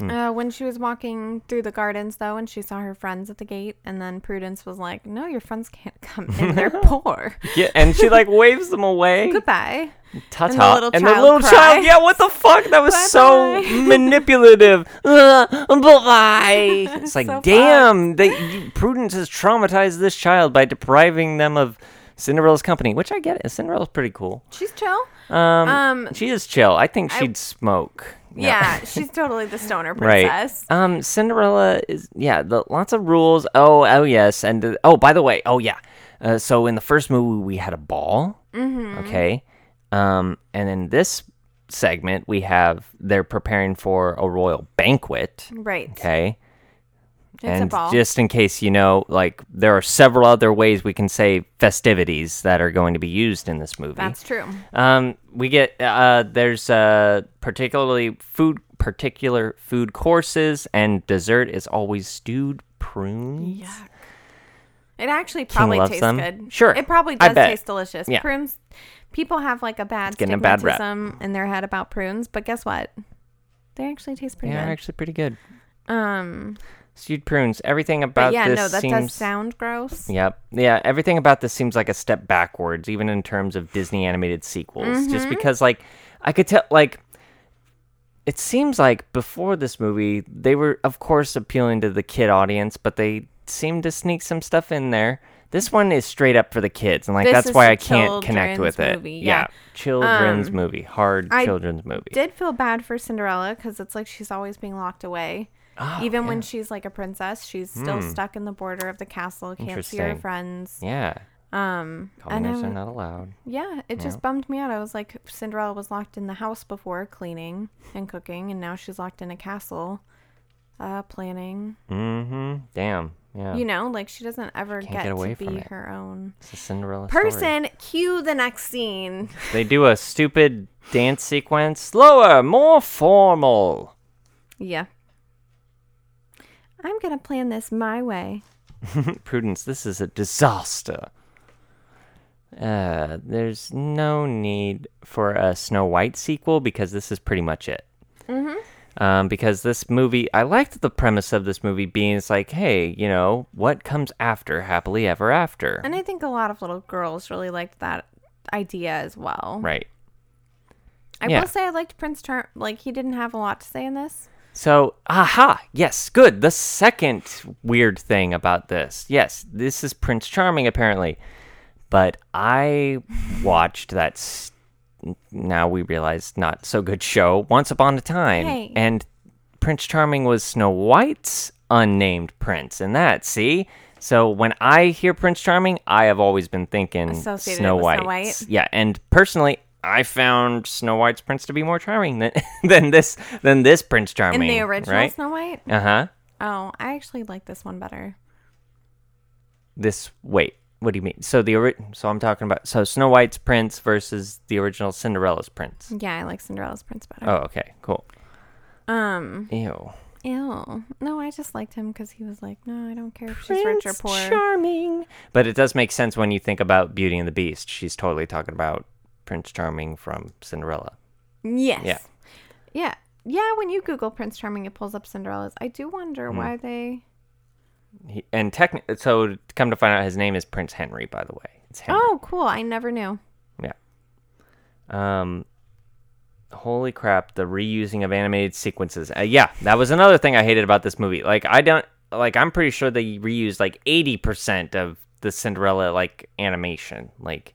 [SPEAKER 1] Hmm.
[SPEAKER 3] uh, when she was walking through the gardens, though, and she saw her friends at the gate, and then Prudence was like, "No, your friends can't come in. They're poor.
[SPEAKER 1] Yeah, and she like waves them away.
[SPEAKER 3] Goodbye."
[SPEAKER 1] Ta
[SPEAKER 3] And the
[SPEAKER 1] ta.
[SPEAKER 3] little
[SPEAKER 1] And the
[SPEAKER 3] child
[SPEAKER 1] little child.
[SPEAKER 3] cries.
[SPEAKER 1] Yeah, what the fuck? That was so
[SPEAKER 3] Bye-bye.
[SPEAKER 1] manipulative. Bye bye. It's like,
[SPEAKER 3] So
[SPEAKER 1] damn, they, you, Prudence has traumatized this child by depriving them of Cinderella's company, which I get it. Cinderella's pretty cool.
[SPEAKER 3] She's chill.
[SPEAKER 1] Um,
[SPEAKER 3] Um,
[SPEAKER 1] she is chill. I think she'd smoke. No.
[SPEAKER 3] Yeah, she's totally the stoner
[SPEAKER 1] Right.
[SPEAKER 3] princess.
[SPEAKER 1] Um, Cinderella is yeah, the, lots of rules. Oh, oh yes, and uh, oh by the way, oh yeah. Uh, so in the first movie we had a ball. Mm-hmm. Okay. Um, and in this segment we have they're preparing for a royal banquet.
[SPEAKER 3] Right.
[SPEAKER 1] Okay.
[SPEAKER 3] It's
[SPEAKER 1] and
[SPEAKER 3] a ball.
[SPEAKER 1] just in case you know, like there are several other ways we can say festivities that are going to be used in this movie.
[SPEAKER 3] That's true.
[SPEAKER 1] Um, we get uh, there's uh, particularly food, particular food courses, and dessert is always stewed prunes.
[SPEAKER 3] Yuck. It actually probably
[SPEAKER 1] loves
[SPEAKER 3] tastes
[SPEAKER 1] them.
[SPEAKER 3] good.
[SPEAKER 1] Sure,
[SPEAKER 3] It probably
[SPEAKER 1] I
[SPEAKER 3] does
[SPEAKER 1] bet.
[SPEAKER 3] taste delicious.
[SPEAKER 1] Yeah.
[SPEAKER 3] Prunes people have like a bad
[SPEAKER 1] getting a bad rep.
[SPEAKER 3] stigmatism in their head about prunes, but guess what? They actually taste pretty
[SPEAKER 1] Yeah,
[SPEAKER 3] good.
[SPEAKER 1] actually pretty good.
[SPEAKER 3] Um,
[SPEAKER 1] Stewed prunes. Everything
[SPEAKER 3] but
[SPEAKER 1] about
[SPEAKER 3] yeah,
[SPEAKER 1] this
[SPEAKER 3] no, that
[SPEAKER 1] seems.
[SPEAKER 3] does sound gross.
[SPEAKER 1] Yep. Yeah, everything about this seems like a step backwards, even in terms of Disney animated sequels.
[SPEAKER 3] Mm-hmm.
[SPEAKER 1] Just because, like, I could tell, like, it seems like before this movie, they were, of course, appealing to the kid audience, but they seemed to sneak some stuff in there. This one is straight up for the kids, and like
[SPEAKER 3] This
[SPEAKER 1] that's
[SPEAKER 3] is
[SPEAKER 1] why
[SPEAKER 3] a
[SPEAKER 1] I can't connect with
[SPEAKER 3] children's
[SPEAKER 1] it.
[SPEAKER 3] movie, yeah.
[SPEAKER 1] children's
[SPEAKER 3] Um,
[SPEAKER 1] movie, hard
[SPEAKER 3] I
[SPEAKER 1] children's movie.
[SPEAKER 3] Did feel bad for Cinderella because it's like she's always being locked away.
[SPEAKER 1] Oh,
[SPEAKER 3] Even when she's like a princess, she's still stuck in the border of the castle, can't see her
[SPEAKER 1] Hmm. Interesting.
[SPEAKER 3] friends.
[SPEAKER 1] yeah,
[SPEAKER 3] Um, and
[SPEAKER 1] communists
[SPEAKER 3] I
[SPEAKER 1] are
[SPEAKER 3] w-
[SPEAKER 1] not allowed.
[SPEAKER 3] yeah, it just bummed me out. I was like, Cinderella was locked in the house before cleaning and cooking, and now she's locked in a castle, uh, planning.
[SPEAKER 1] Mm-hmm. Damn. Yeah.
[SPEAKER 3] You know, like she doesn't ever get,
[SPEAKER 1] get away
[SPEAKER 3] to
[SPEAKER 1] from
[SPEAKER 3] be
[SPEAKER 1] it.
[SPEAKER 3] her own
[SPEAKER 1] it's a Cinderella story.
[SPEAKER 3] person. Cue the next scene.
[SPEAKER 1] They do a stupid dance sequence. Slower, more formal.
[SPEAKER 3] yeah. I'm gonna plan this my way.
[SPEAKER 1] Prudence, this is a disaster. Uh, there's no need for a Snow White sequel because this is pretty much it. Mm-hmm. Um, because this movie, I liked the premise of this movie being it's like, hey, you know, what comes after Happily Ever After?
[SPEAKER 3] And I think a lot of little girls really liked that idea as well.
[SPEAKER 1] right.
[SPEAKER 3] I
[SPEAKER 1] yeah.
[SPEAKER 3] will say I liked Prince Charm. Like he didn't have a lot to say in this.
[SPEAKER 1] So, aha, yes, good. The second weird thing about this. Yes, this is Prince Charming, apparently. But I watched that, s now we realize, not so good show, Once Upon a Time.
[SPEAKER 3] Hey.
[SPEAKER 1] And Prince Charming was Snow White's unnamed prince. And that, see? So when I hear Prince Charming, I have always been thinking
[SPEAKER 3] Associated
[SPEAKER 1] Snow,
[SPEAKER 3] with Snow
[SPEAKER 1] White's.
[SPEAKER 3] White.
[SPEAKER 1] Yeah, and personally, I found Snow White's prince to be more charming than than this than this Prince
[SPEAKER 3] In
[SPEAKER 1] Charming
[SPEAKER 3] the original
[SPEAKER 1] right?
[SPEAKER 3] Snow White.
[SPEAKER 1] Uh huh.
[SPEAKER 3] Oh, I actually like this one better.
[SPEAKER 1] This wait, what do you mean? So the ori- so I'm talking about so Snow White's prince versus the original Cinderella's prince.
[SPEAKER 3] Yeah, I like Cinderella's Prince better.
[SPEAKER 1] Oh, okay, cool. Oh.
[SPEAKER 3] Um,
[SPEAKER 1] Ew.
[SPEAKER 3] ew. No, I just liked him because he was like, no, I don't care if she's rich or
[SPEAKER 1] Prince
[SPEAKER 3] poor.
[SPEAKER 1] Charming. But it does make sense when you think about Beauty and the Beast. She's totally talking about Prince Charming from Cinderella.
[SPEAKER 3] Yes.
[SPEAKER 1] Yeah.
[SPEAKER 3] Yeah. Yeah, when you Google Prince Charming, it pulls up Cinderella's. I do wonder
[SPEAKER 1] Mm-hmm.
[SPEAKER 3] why they.
[SPEAKER 1] He, and techni- so come to find out, his name is Prince Henry. By the way, it's Henry.
[SPEAKER 3] Oh, cool. I never knew.
[SPEAKER 1] Yeah. Um. Holy crap! The reusing of animated sequences. Uh, yeah, that was another thing I hated about this movie. Like I don't like. I'm pretty sure they reused like eighty percent of the Cinderella like animation. Like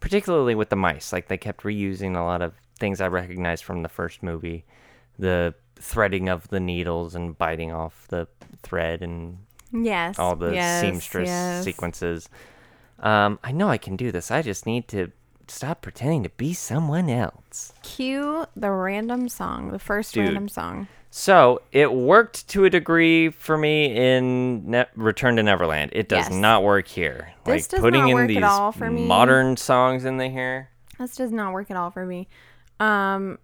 [SPEAKER 1] particularly with the mice. Like they kept reusing a lot of things I recognized from the first movie. The threading of the needles and biting off the thread and
[SPEAKER 3] Yes.
[SPEAKER 1] all the
[SPEAKER 3] yes,
[SPEAKER 1] seamstress
[SPEAKER 3] yes.
[SPEAKER 1] sequences. Um, I know I can do this. I just need to stop pretending to be someone else.
[SPEAKER 3] Cue the random song, the first
[SPEAKER 1] Dude.
[SPEAKER 3] random song.
[SPEAKER 1] So it worked to a degree for me in ne- Return to Neverland. It does
[SPEAKER 3] Yes.
[SPEAKER 1] not work here.
[SPEAKER 3] This
[SPEAKER 1] like
[SPEAKER 3] does
[SPEAKER 1] putting
[SPEAKER 3] not
[SPEAKER 1] in
[SPEAKER 3] work at
[SPEAKER 1] these
[SPEAKER 3] all for me.
[SPEAKER 1] modern songs in the here.
[SPEAKER 3] This does not work at all for me. Um,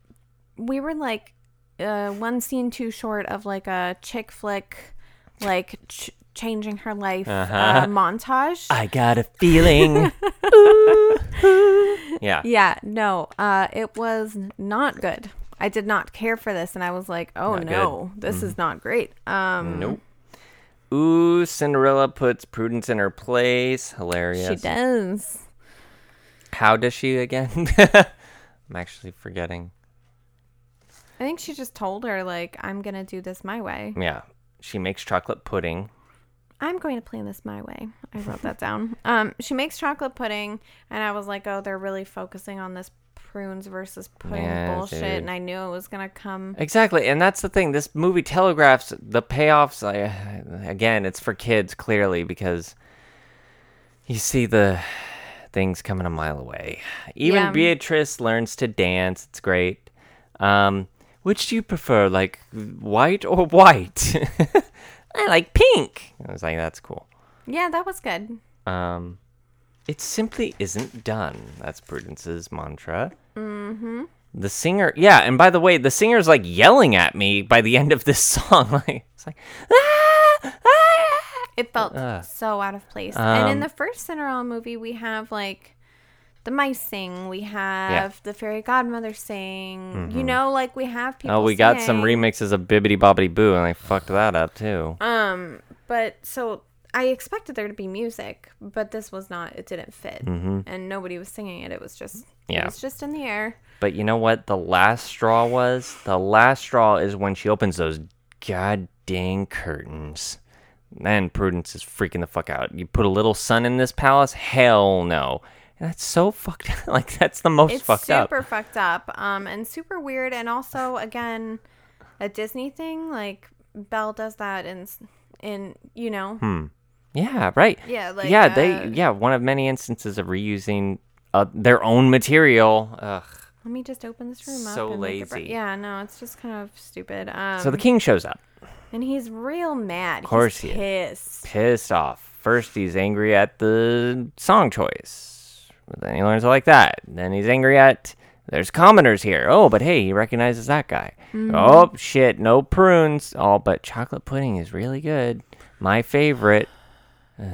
[SPEAKER 3] we were like uh, one scene too short of like a chick flick, like ch- changing her life uh, montage.
[SPEAKER 1] I got a feeling. yeah.
[SPEAKER 3] yeah, no, uh, it was not good. I did not care for this, and I was like, "Oh
[SPEAKER 1] Not
[SPEAKER 3] no, this is not great." Um,
[SPEAKER 1] Nope. Ooh, Cinderella puts Prudence in her place. Hilarious.
[SPEAKER 3] she does.
[SPEAKER 1] How does she again? I'm actually forgetting.
[SPEAKER 3] I think she just told her like, "I'm gonna do this my way.
[SPEAKER 1] Yeah. She makes chocolate pudding.
[SPEAKER 3] I'm going to plan this my way." I wrote that down. Um, she makes chocolate pudding, and I was like, "Oh, they're really focusing on this prunes versus pudding
[SPEAKER 1] Yeah,
[SPEAKER 3] bullshit,"
[SPEAKER 1] dude.
[SPEAKER 3] and I knew it was gonna come.
[SPEAKER 1] Exactly. And that's the thing. This movie telegraphs the payoffs. I, again, it's for kids, clearly, because you see the things coming a mile away. Even
[SPEAKER 3] Yeah.
[SPEAKER 1] Beatrice learns to dance. It's great. Um, which do you prefer, like white or white? I like pink. I was like, that's cool.
[SPEAKER 3] Yeah, that was good.
[SPEAKER 1] Um, it simply isn't done. That's Prudence's mantra. Mm-hmm. The singer, yeah, and by the way, the singer's like yelling at me by the end of this song. Like it's like, "Ah! Ah!"
[SPEAKER 3] It felt
[SPEAKER 1] Ugh.
[SPEAKER 3] so out of place. and in
[SPEAKER 1] uh, Um,
[SPEAKER 3] the first Cinderella movie, we have like the mice sing. We have the fairy godmother sing. You know, like we have people.
[SPEAKER 1] Mm-hmm. Oh, we got some
[SPEAKER 3] singing.
[SPEAKER 1] remixes of Bibbidi Bobbidi Boo, and they fucked that up too.
[SPEAKER 3] Um, but so I expected there to be music, but this was not. It didn't fit, and nobody was singing it. It was just,
[SPEAKER 1] Mm-hmm. Yeah.
[SPEAKER 3] it was just in the air.
[SPEAKER 1] But you know what? The last straw was the last straw is when she opens those god dang curtains. Then Prudence is freaking the fuck out. You put a little sun in this palace? Hell no. That's so fucked. up. like that's the most
[SPEAKER 3] It's
[SPEAKER 1] fucked up.
[SPEAKER 3] super fucked up, um, and super weird, and also again, a Disney thing. Like Belle does that in, s- in you know,
[SPEAKER 1] Hmm. Yeah, right.
[SPEAKER 3] Yeah, like,
[SPEAKER 1] yeah,
[SPEAKER 3] uh,
[SPEAKER 1] they yeah one of many instances of reusing uh, their own material. Ugh.
[SPEAKER 3] let me just open this room up.
[SPEAKER 1] So
[SPEAKER 3] and make it bri-
[SPEAKER 1] lazy.
[SPEAKER 3] Yeah, no, it's just kind of stupid. Um,
[SPEAKER 1] So the king shows up,
[SPEAKER 3] and he's real mad. Of
[SPEAKER 1] course he
[SPEAKER 3] he's
[SPEAKER 1] is.
[SPEAKER 3] pissed.
[SPEAKER 1] pissed off. First, he's angry at the song choice, but then he learns to like that. Then he's angry at there's commoners here. Oh, but hey, he recognizes that guy. Oh shit, no prunes. All but chocolate pudding is really good. My favorite. Ugh.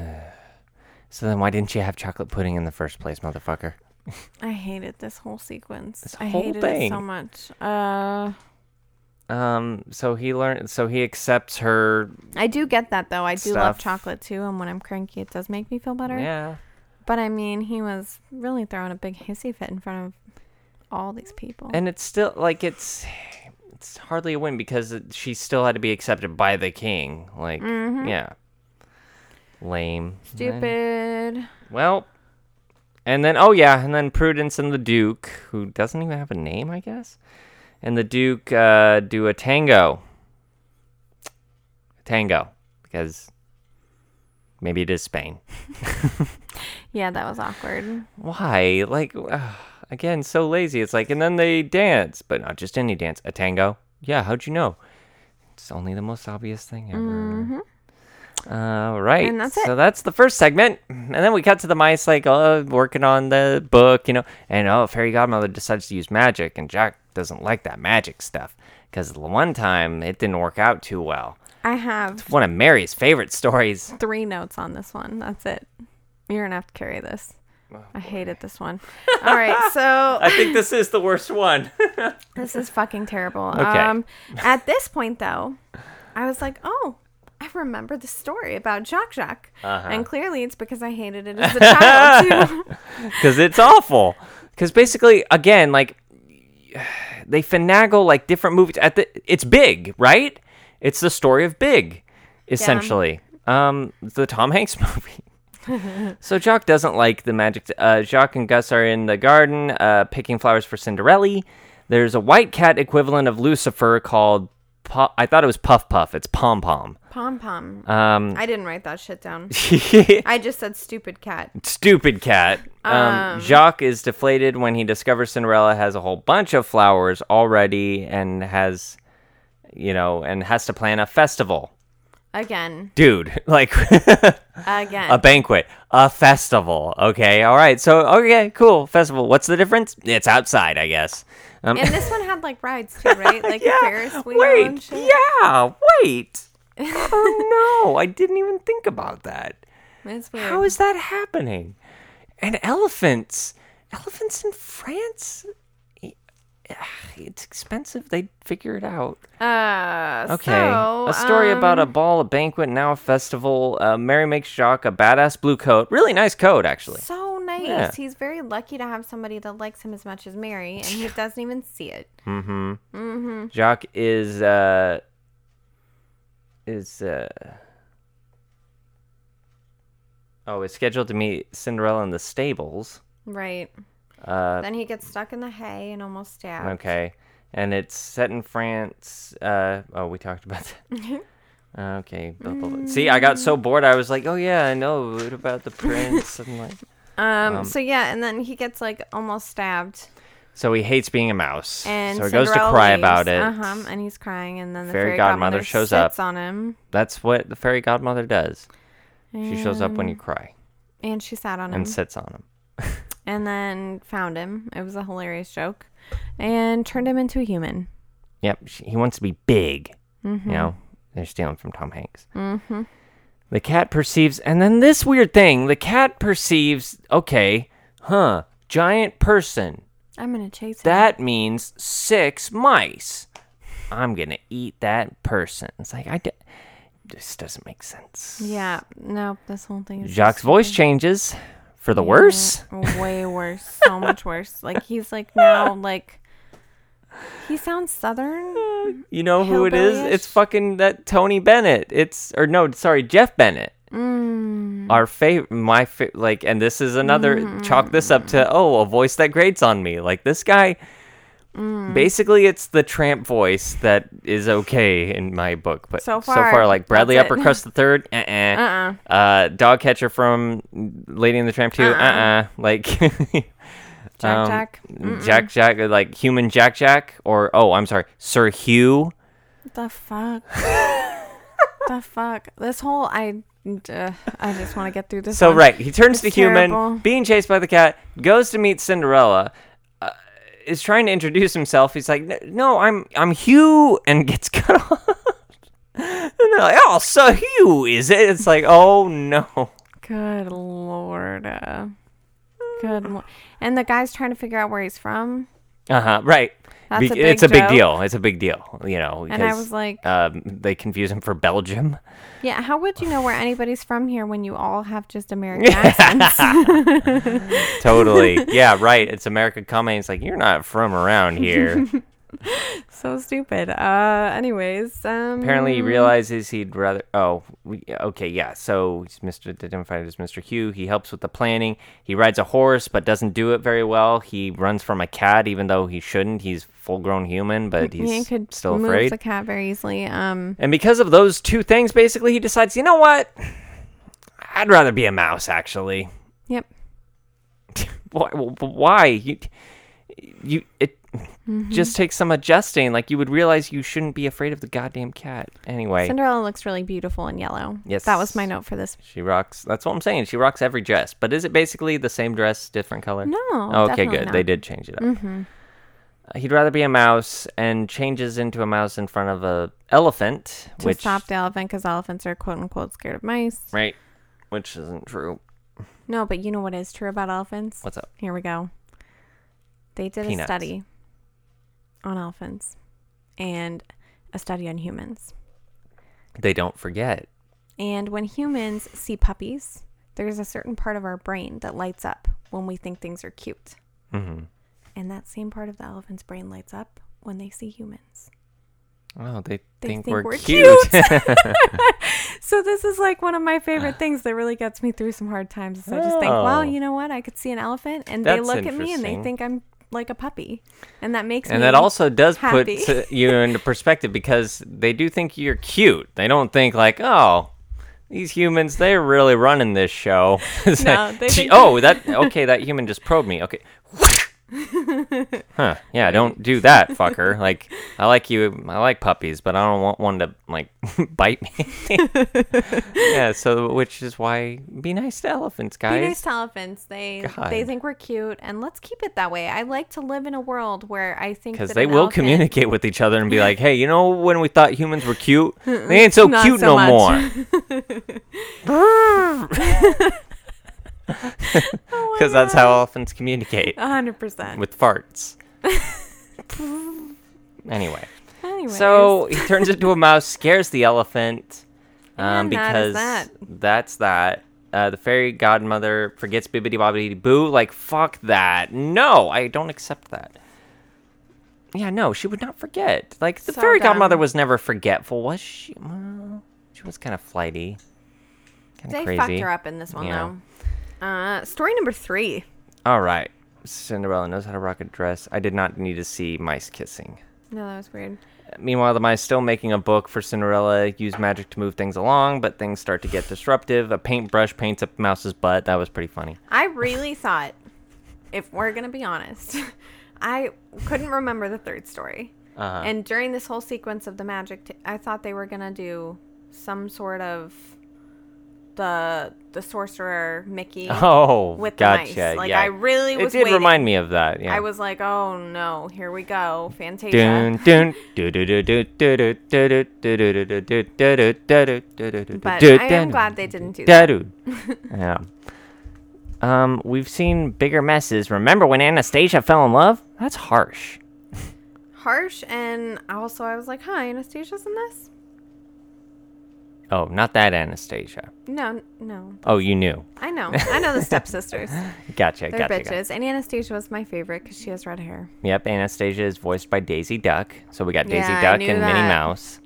[SPEAKER 1] so then, why didn't you have chocolate pudding in the first place, motherfucker?
[SPEAKER 3] I hated this whole sequence. I
[SPEAKER 1] whole
[SPEAKER 3] hated it so
[SPEAKER 1] thing.
[SPEAKER 3] much. Uh.
[SPEAKER 1] Um. So he learned. So he accepts her.
[SPEAKER 3] I do get that though. I do love
[SPEAKER 1] stuff.
[SPEAKER 3] chocolate too, and when I'm cranky, it does make me feel better.
[SPEAKER 1] Yeah.
[SPEAKER 3] But I mean, he was really throwing a big hissy fit in front of all these people.
[SPEAKER 1] And it's still like it's it's hardly a win because it, she still had to be accepted by the king. Like yeah. Lame.
[SPEAKER 3] Stupid.
[SPEAKER 1] Well, and then oh yeah, and then Prudence and the Duke, who doesn't even have a name, I guess, and the Duke uh, do a tango. Tango, because maybe it is Spain.
[SPEAKER 3] Yeah, that was awkward.
[SPEAKER 1] Why? Like, ugh, again, so lazy. It's like, and then they dance, but not just any dance, a tango. Yeah, how'd you know? It's only the most obvious thing ever. All right.
[SPEAKER 3] Mm-hmm. And that's
[SPEAKER 1] So that's the first segment. And then we cut to the mice, like, oh, working on the book, you know, and oh, Fairy Godmother decides to use magic, and Jack doesn't like that magic stuff because the one time it didn't work out too well.
[SPEAKER 3] I have
[SPEAKER 1] One of Mary's favorite stories.
[SPEAKER 3] three notes on this one. That's it. You're gonna have to carry this. I hated this one. All right, so
[SPEAKER 1] Oh, I think this is the worst one.
[SPEAKER 3] This is fucking terrible.
[SPEAKER 1] Okay.
[SPEAKER 3] Um, at this point, though, I was like, oh, I remember the story about Jacques Jacques.
[SPEAKER 1] Uh-huh.
[SPEAKER 3] And clearly it's because I hated it as a child, too.
[SPEAKER 1] because it's awful. Because basically, again, like they finagle like different movies. At the it's big, right? It's the story of Big, essentially. Um, the Tom Hanks movie. so Jacques doesn't like the magic. Uh, Jacques and Gus are in the garden uh, picking flowers for Cinderella. There's a white cat equivalent of Lucifer called. Pu- I thought it was Puff Puff. It's Pom Pom.
[SPEAKER 3] Pom Pom.
[SPEAKER 1] Um,
[SPEAKER 3] I didn't write that shit down. I just said stupid cat.
[SPEAKER 1] stupid cat. Um, Jacques is deflated when he discovers Cinderella has a whole bunch of flowers already and has, you know, and has to plan a festival.
[SPEAKER 3] Again.
[SPEAKER 1] Dude, like
[SPEAKER 3] Again.
[SPEAKER 1] a banquet, a festival. Okay, all right. So, okay, cool. Festival. What's the difference? It's outside, I guess. Um,
[SPEAKER 3] and this one had like rides too, right? Like a Ferris wheel and
[SPEAKER 1] wait.
[SPEAKER 3] shit.
[SPEAKER 1] Yeah, wait. oh, no. I didn't even think about that.
[SPEAKER 3] It's weird.
[SPEAKER 1] How is that happening? And elephants, elephants in France. Eh, ah, It's expensive. They figure it out.
[SPEAKER 3] uh,
[SPEAKER 1] Okay,
[SPEAKER 3] so,
[SPEAKER 1] a story
[SPEAKER 3] um,
[SPEAKER 1] about a ball, a banquet, now a festival. Uh, Mary makes Jacques a badass blue coat. Really nice coat, actually.
[SPEAKER 3] So nice.
[SPEAKER 1] Yeah.
[SPEAKER 3] He's very lucky to have somebody that likes him as much as Mary, and he doesn't even see it. Mm-hmm.
[SPEAKER 1] Jacques is uh is uh oh is scheduled to meet Cinderella in the stables.
[SPEAKER 3] Right.
[SPEAKER 1] Uh,
[SPEAKER 3] Then he gets stuck in the hay and almost stabbed.
[SPEAKER 1] Okay. And it's set in France. Uh, oh, we talked about that. okay. blah, blah, blah. See, I got so
[SPEAKER 3] Mm.
[SPEAKER 1] bored. I was like, oh, yeah, I know. What about the prince? and like,
[SPEAKER 3] Um, So yeah, and then he gets like almost stabbed,
[SPEAKER 1] so he hates being a mouse.
[SPEAKER 3] and
[SPEAKER 1] so he goes to
[SPEAKER 3] Cinderella
[SPEAKER 1] cry
[SPEAKER 3] leaves.
[SPEAKER 1] about it.
[SPEAKER 3] Uh-huh, and he's crying, and then the
[SPEAKER 1] Fairy
[SPEAKER 3] fairy,
[SPEAKER 1] godmother
[SPEAKER 3] godmother,
[SPEAKER 1] shows
[SPEAKER 3] sits
[SPEAKER 1] up.
[SPEAKER 3] on him,
[SPEAKER 1] That's what the fairy godmother does. She shows up when you cry
[SPEAKER 3] and she sat on him,
[SPEAKER 1] and sits on him.
[SPEAKER 3] and then found him. It was a hilarious joke, and turned him into a human.
[SPEAKER 1] Yep. She, he wants to be big. You know, they're stealing from Tom Hanks. Mm-hmm. The cat perceives, and then this weird thing the cat perceives, okay, huh, giant person.
[SPEAKER 3] I'm gonna chase him.
[SPEAKER 1] That means six mice. I'm gonna eat that person. It's like I d- this doesn't make sense.
[SPEAKER 3] Yeah. No, this whole thing is
[SPEAKER 1] Jacques'
[SPEAKER 3] just
[SPEAKER 1] voice changes for the worse.
[SPEAKER 3] way worse. So much worse. Like he's like now like he sounds southern.
[SPEAKER 1] You know who it is?
[SPEAKER 3] Hillbilly-ish?
[SPEAKER 1] It's fucking that Tony Bennett. It's or no, sorry, Jeff Bennett.
[SPEAKER 3] Mm.
[SPEAKER 1] Our favorite, my fa- like, and this is another
[SPEAKER 3] Mm-hmm.
[SPEAKER 1] chalk this up to oh, a voice that grates on me. Like this guy.
[SPEAKER 3] Mm.
[SPEAKER 1] Basically, it's the tramp voice that is okay in my book, but
[SPEAKER 3] So
[SPEAKER 1] so
[SPEAKER 3] far,
[SPEAKER 1] far like Bradley
[SPEAKER 3] that's it. Uh-uh.
[SPEAKER 1] Uppercrust the Third, uh, uh uh, dog catcher from Lady in the Tramp Two, uh, uh like
[SPEAKER 3] Jack
[SPEAKER 1] um,
[SPEAKER 3] Jack.
[SPEAKER 1] Jack Jack, like human Jack Jack, or oh, I'm sorry, Sir Hugh.
[SPEAKER 3] The fuck. the fuck. This whole I uh, I just want to get through this.
[SPEAKER 1] So
[SPEAKER 3] one.
[SPEAKER 1] right, he turns to
[SPEAKER 3] It's
[SPEAKER 1] human,
[SPEAKER 3] terrible.
[SPEAKER 1] being chased by the cat, goes to meet Cinderella. uh, Is trying to introduce himself. He's like, "N- "No, I'm I'm Hugh," and gets cut off. And they're like, "Oh, so Hugh is it?" It's like, "Oh no."
[SPEAKER 3] Good lord. uh, Good. Lo- and the guy's trying to figure out where he's from.
[SPEAKER 1] Uh huh. Right.
[SPEAKER 3] That's a big
[SPEAKER 1] it's a big
[SPEAKER 3] joke.
[SPEAKER 1] deal. It's a big deal. You know.
[SPEAKER 3] And I
[SPEAKER 1] because,
[SPEAKER 3] was like-
[SPEAKER 1] um, they confuse him for Belgium.
[SPEAKER 3] Yeah, how would you know where anybody's from here when you all have just American accents?
[SPEAKER 1] Totally. yeah. Right. It's America coming. It's like you're not from around here.
[SPEAKER 3] so stupid. Uh, anyways, um,
[SPEAKER 1] Apparently, he realizes he'd rather. Oh, we, okay, yeah. So he's Mr. identified as Mr. Hugh. He helps with the planning. He rides a horse, but doesn't do it very well. He runs from a cat, even though he shouldn't. He's full-grown human, but he's
[SPEAKER 3] he could
[SPEAKER 1] still
[SPEAKER 3] move
[SPEAKER 1] afraid.
[SPEAKER 3] the cat very easily. Um,
[SPEAKER 1] And because of those two things, basically, he decides, you know what? I'd rather be a mouse, actually.
[SPEAKER 3] yep.
[SPEAKER 1] Why? w- w- Why? You, you it
[SPEAKER 3] Mm-hmm.
[SPEAKER 1] just takes some adjusting. Like you would realize you shouldn't be afraid of the goddamn cat. Anyway.
[SPEAKER 3] Cinderella looks really beautiful in yellow.
[SPEAKER 1] Yes.
[SPEAKER 3] that was my note for this.
[SPEAKER 1] She rocks. That's what I'm saying. She rocks every dress. But is it basically the same dress, different color?
[SPEAKER 3] No,
[SPEAKER 1] okay,
[SPEAKER 3] definitely
[SPEAKER 1] good.
[SPEAKER 3] not. Mm-hmm.
[SPEAKER 1] They did change it up. Uh, He'd rather be a mouse and changes into a mouse in front of a elephant,
[SPEAKER 3] To
[SPEAKER 1] which
[SPEAKER 3] stop the elephant because elephants are quote unquote scared of mice.
[SPEAKER 1] right, which isn't true.
[SPEAKER 3] No, but you know what is true about elephants?
[SPEAKER 1] What's up?
[SPEAKER 3] Here we go. They did
[SPEAKER 1] Peanuts.
[SPEAKER 3] a study on elephants and a study on humans.
[SPEAKER 1] They don't forget.
[SPEAKER 3] And when humans see puppies, there's a certain part of our brain that lights up when we think things are cute. Mm-hmm. And that same part of the elephant's brain lights up when they see humans.
[SPEAKER 1] Oh, they,
[SPEAKER 3] They
[SPEAKER 1] think,
[SPEAKER 3] think
[SPEAKER 1] we're,
[SPEAKER 3] we're
[SPEAKER 1] cute.
[SPEAKER 3] So this is like one of my favorite things that really gets me through some hard times. Is I just think,
[SPEAKER 1] Oh.
[SPEAKER 3] well, you know what? I could see an elephant, and they
[SPEAKER 1] That's
[SPEAKER 3] look at me and they
[SPEAKER 1] interesting.
[SPEAKER 3] think I'm like a puppy, and that makes
[SPEAKER 1] and
[SPEAKER 3] me
[SPEAKER 1] that also does
[SPEAKER 3] happy.
[SPEAKER 1] put uh, you into perspective because they do think you're cute. They don't think like, oh, these humans, they're really running this show. It's
[SPEAKER 3] No,
[SPEAKER 1] like,
[SPEAKER 3] they
[SPEAKER 1] "Gee,
[SPEAKER 3] think-
[SPEAKER 1] oh, that okay, that human just probed me. Okay. huh. Yeah, don't do that, fucker. Like I like you I like puppies, but I don't want one to like bite me. yeah, so which is why be nice to elephants,
[SPEAKER 3] Be
[SPEAKER 1] guys.
[SPEAKER 3] nice to elephants. They they
[SPEAKER 1] God.
[SPEAKER 3] think we're cute, and let's keep it that way. I like to live in a world where I think
[SPEAKER 1] Because
[SPEAKER 3] that
[SPEAKER 1] they
[SPEAKER 3] an
[SPEAKER 1] will
[SPEAKER 3] elephant-
[SPEAKER 1] communicate with each other and be like, "Hey, you know when we thought humans were cute? They ain't so
[SPEAKER 3] Not
[SPEAKER 1] cute no
[SPEAKER 3] so much."
[SPEAKER 1] more." Because that's how elephants communicate
[SPEAKER 3] Oh, A hundred percent.
[SPEAKER 1] with farts. anyway,
[SPEAKER 3] Anyways,
[SPEAKER 1] so he turns into a mouse, scares the elephant, um,
[SPEAKER 3] And that
[SPEAKER 1] because
[SPEAKER 3] is that.
[SPEAKER 1] that's that. Uh, the fairy godmother forgets Bibbidi Bobbidi Boo. Like fuck that. No, I don't accept that. Yeah, no, she would not forget. Like the
[SPEAKER 3] So
[SPEAKER 1] fairy godmother
[SPEAKER 3] dumb.
[SPEAKER 1] was never forgetful, was she? Well, she was kind of flighty, kind
[SPEAKER 3] they
[SPEAKER 1] of crazy.
[SPEAKER 3] fucked her up in this one
[SPEAKER 1] Yeah.
[SPEAKER 3] though. Uh, story number three.
[SPEAKER 1] All right, Cinderella knows how to rock a dress. I did not need to see mice kissing.
[SPEAKER 3] No, that was weird.
[SPEAKER 1] Meanwhile, the mice still making a book for Cinderella, use magic to move things along, but things start to get disruptive. A paintbrush paints up Mouse's butt. That was pretty funny.
[SPEAKER 3] I really thought, if we're gonna be honest, I couldn't remember the third story.
[SPEAKER 1] Uh-huh.
[SPEAKER 3] And during this whole sequence of the magic, t- I thought they were gonna do some sort of the the sorcerer Mickey.
[SPEAKER 1] Oh,
[SPEAKER 3] With the
[SPEAKER 1] gotcha.
[SPEAKER 3] mice. Like,
[SPEAKER 1] yeah.
[SPEAKER 3] I really
[SPEAKER 1] It
[SPEAKER 3] was
[SPEAKER 1] did
[SPEAKER 3] waiting.
[SPEAKER 1] remind me of that. Yeah.
[SPEAKER 3] I was like, oh no, here we go, Fantasia.
[SPEAKER 1] Dun, dun, do, do, do, do, do, do, do, do, do, do, do, do, do, do, do, do, do, do, do, do,
[SPEAKER 3] But
[SPEAKER 1] do,
[SPEAKER 3] I
[SPEAKER 1] dun,
[SPEAKER 3] am glad they didn't do
[SPEAKER 1] da,
[SPEAKER 3] that.
[SPEAKER 1] do. Yeah. Um, we've seen bigger messes. Remember when Anastasia fell in love? That's harsh.
[SPEAKER 3] Harsh, and also I was like, huh, Anastasia's in this?
[SPEAKER 1] Oh, not that Anastasia.
[SPEAKER 3] No, n- no.
[SPEAKER 1] Oh, you knew.
[SPEAKER 3] I know. I know the stepsisters.
[SPEAKER 1] Gotcha,
[SPEAKER 3] They're
[SPEAKER 1] gotcha,
[SPEAKER 3] bitches.
[SPEAKER 1] gotcha.
[SPEAKER 3] And Anastasia was my favorite because she has red hair.
[SPEAKER 1] Yep, Anastasia is voiced by Daisy Duck. So we got Daisy
[SPEAKER 3] Yeah, I
[SPEAKER 1] Duck
[SPEAKER 3] knew
[SPEAKER 1] and Minnie
[SPEAKER 3] that.
[SPEAKER 1] Mouse.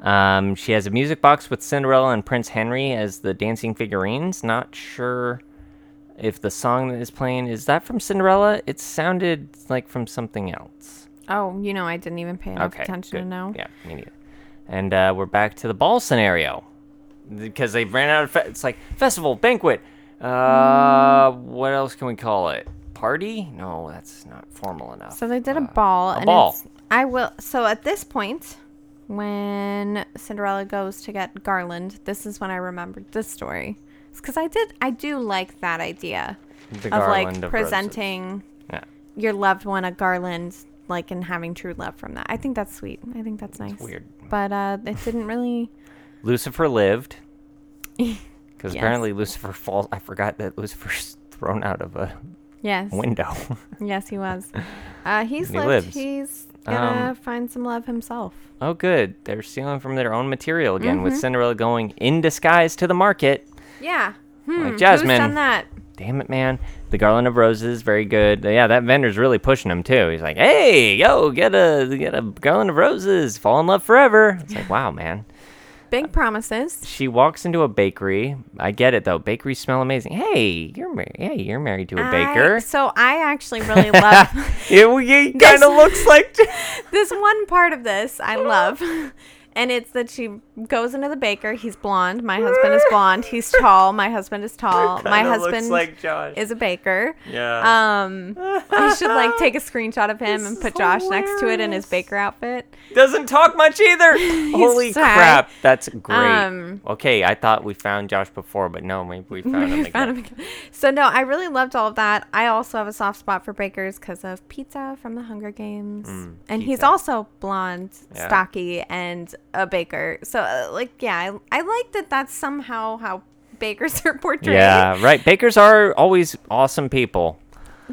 [SPEAKER 1] Um, she has a music box with Cinderella and Prince Henry as the dancing figurines. Not sure if the song that is playing is that from Cinderella. It sounded like from something else.
[SPEAKER 3] Oh, you know, I didn't even pay enough attention
[SPEAKER 1] good.
[SPEAKER 3] to know.
[SPEAKER 1] Yeah, me neither. And uh, we're back to the ball scenario because they ran out of. Fe- it's like festival banquet. Uh,
[SPEAKER 3] Mm.
[SPEAKER 1] what else can we call it? Party? No, that's not formal enough.
[SPEAKER 3] So they did a
[SPEAKER 1] Uh,
[SPEAKER 3] ball.
[SPEAKER 1] a
[SPEAKER 3] and
[SPEAKER 1] ball.
[SPEAKER 3] It's, I will. So at this point, when Cinderella goes to get Garland, this is when I remembered this story. Because I did, I do like that idea
[SPEAKER 1] The
[SPEAKER 3] of
[SPEAKER 1] garland
[SPEAKER 3] like
[SPEAKER 1] of roses.
[SPEAKER 3] presenting
[SPEAKER 1] Yeah,
[SPEAKER 3] your loved one a garland, like and having true love from that. I think that's sweet. I think that's nice.
[SPEAKER 1] weird.
[SPEAKER 3] but uh, it didn't really.
[SPEAKER 1] Lucifer lived because
[SPEAKER 3] Yes.
[SPEAKER 1] apparently Lucifer falls. I forgot that Lucifer's thrown out of a
[SPEAKER 3] yes,
[SPEAKER 1] window.
[SPEAKER 3] yes, he was. Uh, he's
[SPEAKER 1] And he
[SPEAKER 3] lived.
[SPEAKER 1] lives.
[SPEAKER 3] He's gonna find some love himself.
[SPEAKER 1] oh, good. They're stealing from their own material again with Cinderella going in disguise to the market.
[SPEAKER 3] Yeah. Hmm.
[SPEAKER 1] Jasmine.
[SPEAKER 3] Who's done that?
[SPEAKER 1] damn it, man. The Garland of Roses, very good. Yeah, that vendor's really pushing him too. He's like, hey, yo, get a get a Garland of Roses, fall in love forever. It's like, wow, man.
[SPEAKER 3] Big promises.
[SPEAKER 1] She walks into a bakery. I get it though. Bakeries smell amazing. Hey, you're married. Yeah, you're married to a
[SPEAKER 3] I-
[SPEAKER 1] baker.
[SPEAKER 3] so I actually really love
[SPEAKER 1] it kind
[SPEAKER 3] This-
[SPEAKER 1] of looks like.
[SPEAKER 3] this one part of this. I love. And it's that she goes into the baker. He's blonde. My husband is blonde. He's tall. My husband is tall. My
[SPEAKER 1] Kinda
[SPEAKER 3] husband
[SPEAKER 1] looks like Josh.
[SPEAKER 3] is a baker.
[SPEAKER 1] yeah.
[SPEAKER 3] Um, I should like take a screenshot of him and
[SPEAKER 1] is
[SPEAKER 3] put Josh next to it in his baker outfit.
[SPEAKER 1] Doesn't talk much either. Holy
[SPEAKER 3] sad.
[SPEAKER 1] crap, that's great.
[SPEAKER 3] Um,
[SPEAKER 1] okay, I thought we found Josh before, but no, maybe we found him
[SPEAKER 3] We found
[SPEAKER 1] again.
[SPEAKER 3] him again. So no, I really loved all of that. I also have a soft spot for bakers because of pizza from the Hunger Games, and he's
[SPEAKER 1] Mm, pizza.
[SPEAKER 3] also blonde,
[SPEAKER 1] Yeah.
[SPEAKER 3] stocky, and a baker. So uh, like, yeah, I, I like that. That's somehow how bakers are portrayed.
[SPEAKER 1] Yeah, right. Bakers are always awesome people.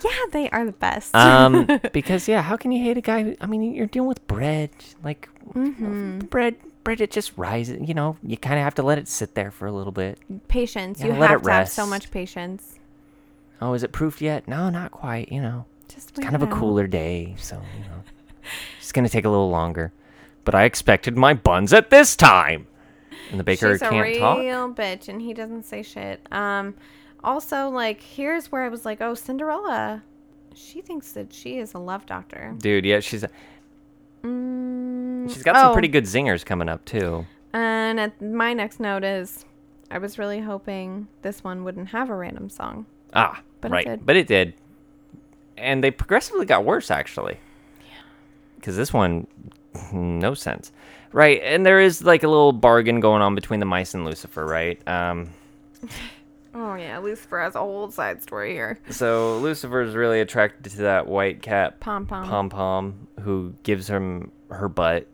[SPEAKER 3] yeah, they are the best.
[SPEAKER 1] Um, because yeah, how can you hate a guy? Who, I mean, you're dealing with bread, like
[SPEAKER 3] Mm-hmm.
[SPEAKER 1] bread. Bread, it just rises. You know, you kind of have to let it sit there for a little bit.
[SPEAKER 3] patience.
[SPEAKER 1] yeah,
[SPEAKER 3] you
[SPEAKER 1] let
[SPEAKER 3] have
[SPEAKER 1] it
[SPEAKER 3] to have so
[SPEAKER 1] rest.
[SPEAKER 3] much patience.
[SPEAKER 1] Oh, is it proofed yet? No, not quite. You know,
[SPEAKER 3] Just
[SPEAKER 1] it's kind of a
[SPEAKER 3] wait it out.
[SPEAKER 1] cooler day, so you know, it's gonna take a little longer. But I expected my buns at this time, and the baker
[SPEAKER 3] She's
[SPEAKER 1] can't
[SPEAKER 3] a real
[SPEAKER 1] talk.
[SPEAKER 3] bitch, and he doesn't say shit. Um, also, like, here's where I was like, oh, Cinderella, she thinks that she is a love doctor.
[SPEAKER 1] Dude, yeah, she's
[SPEAKER 3] Mm,
[SPEAKER 1] she's got some
[SPEAKER 3] oh,
[SPEAKER 1] pretty good zingers coming up too.
[SPEAKER 3] And at, my next note is, I was really hoping this one wouldn't have a random song.
[SPEAKER 1] Ah,
[SPEAKER 3] But it
[SPEAKER 1] right.
[SPEAKER 3] did.
[SPEAKER 1] But it did. And they progressively got worse, actually. Yeah. Because this one, no sense. Right. And there is like a little bargain going on between the mice and Lucifer, right? Um,
[SPEAKER 3] Oh yeah, Lucifer has a whole side story here.
[SPEAKER 1] so Lucifer's really attracted to that white cat,
[SPEAKER 3] Pom pom.
[SPEAKER 1] Pom Pom, who gives him her butt.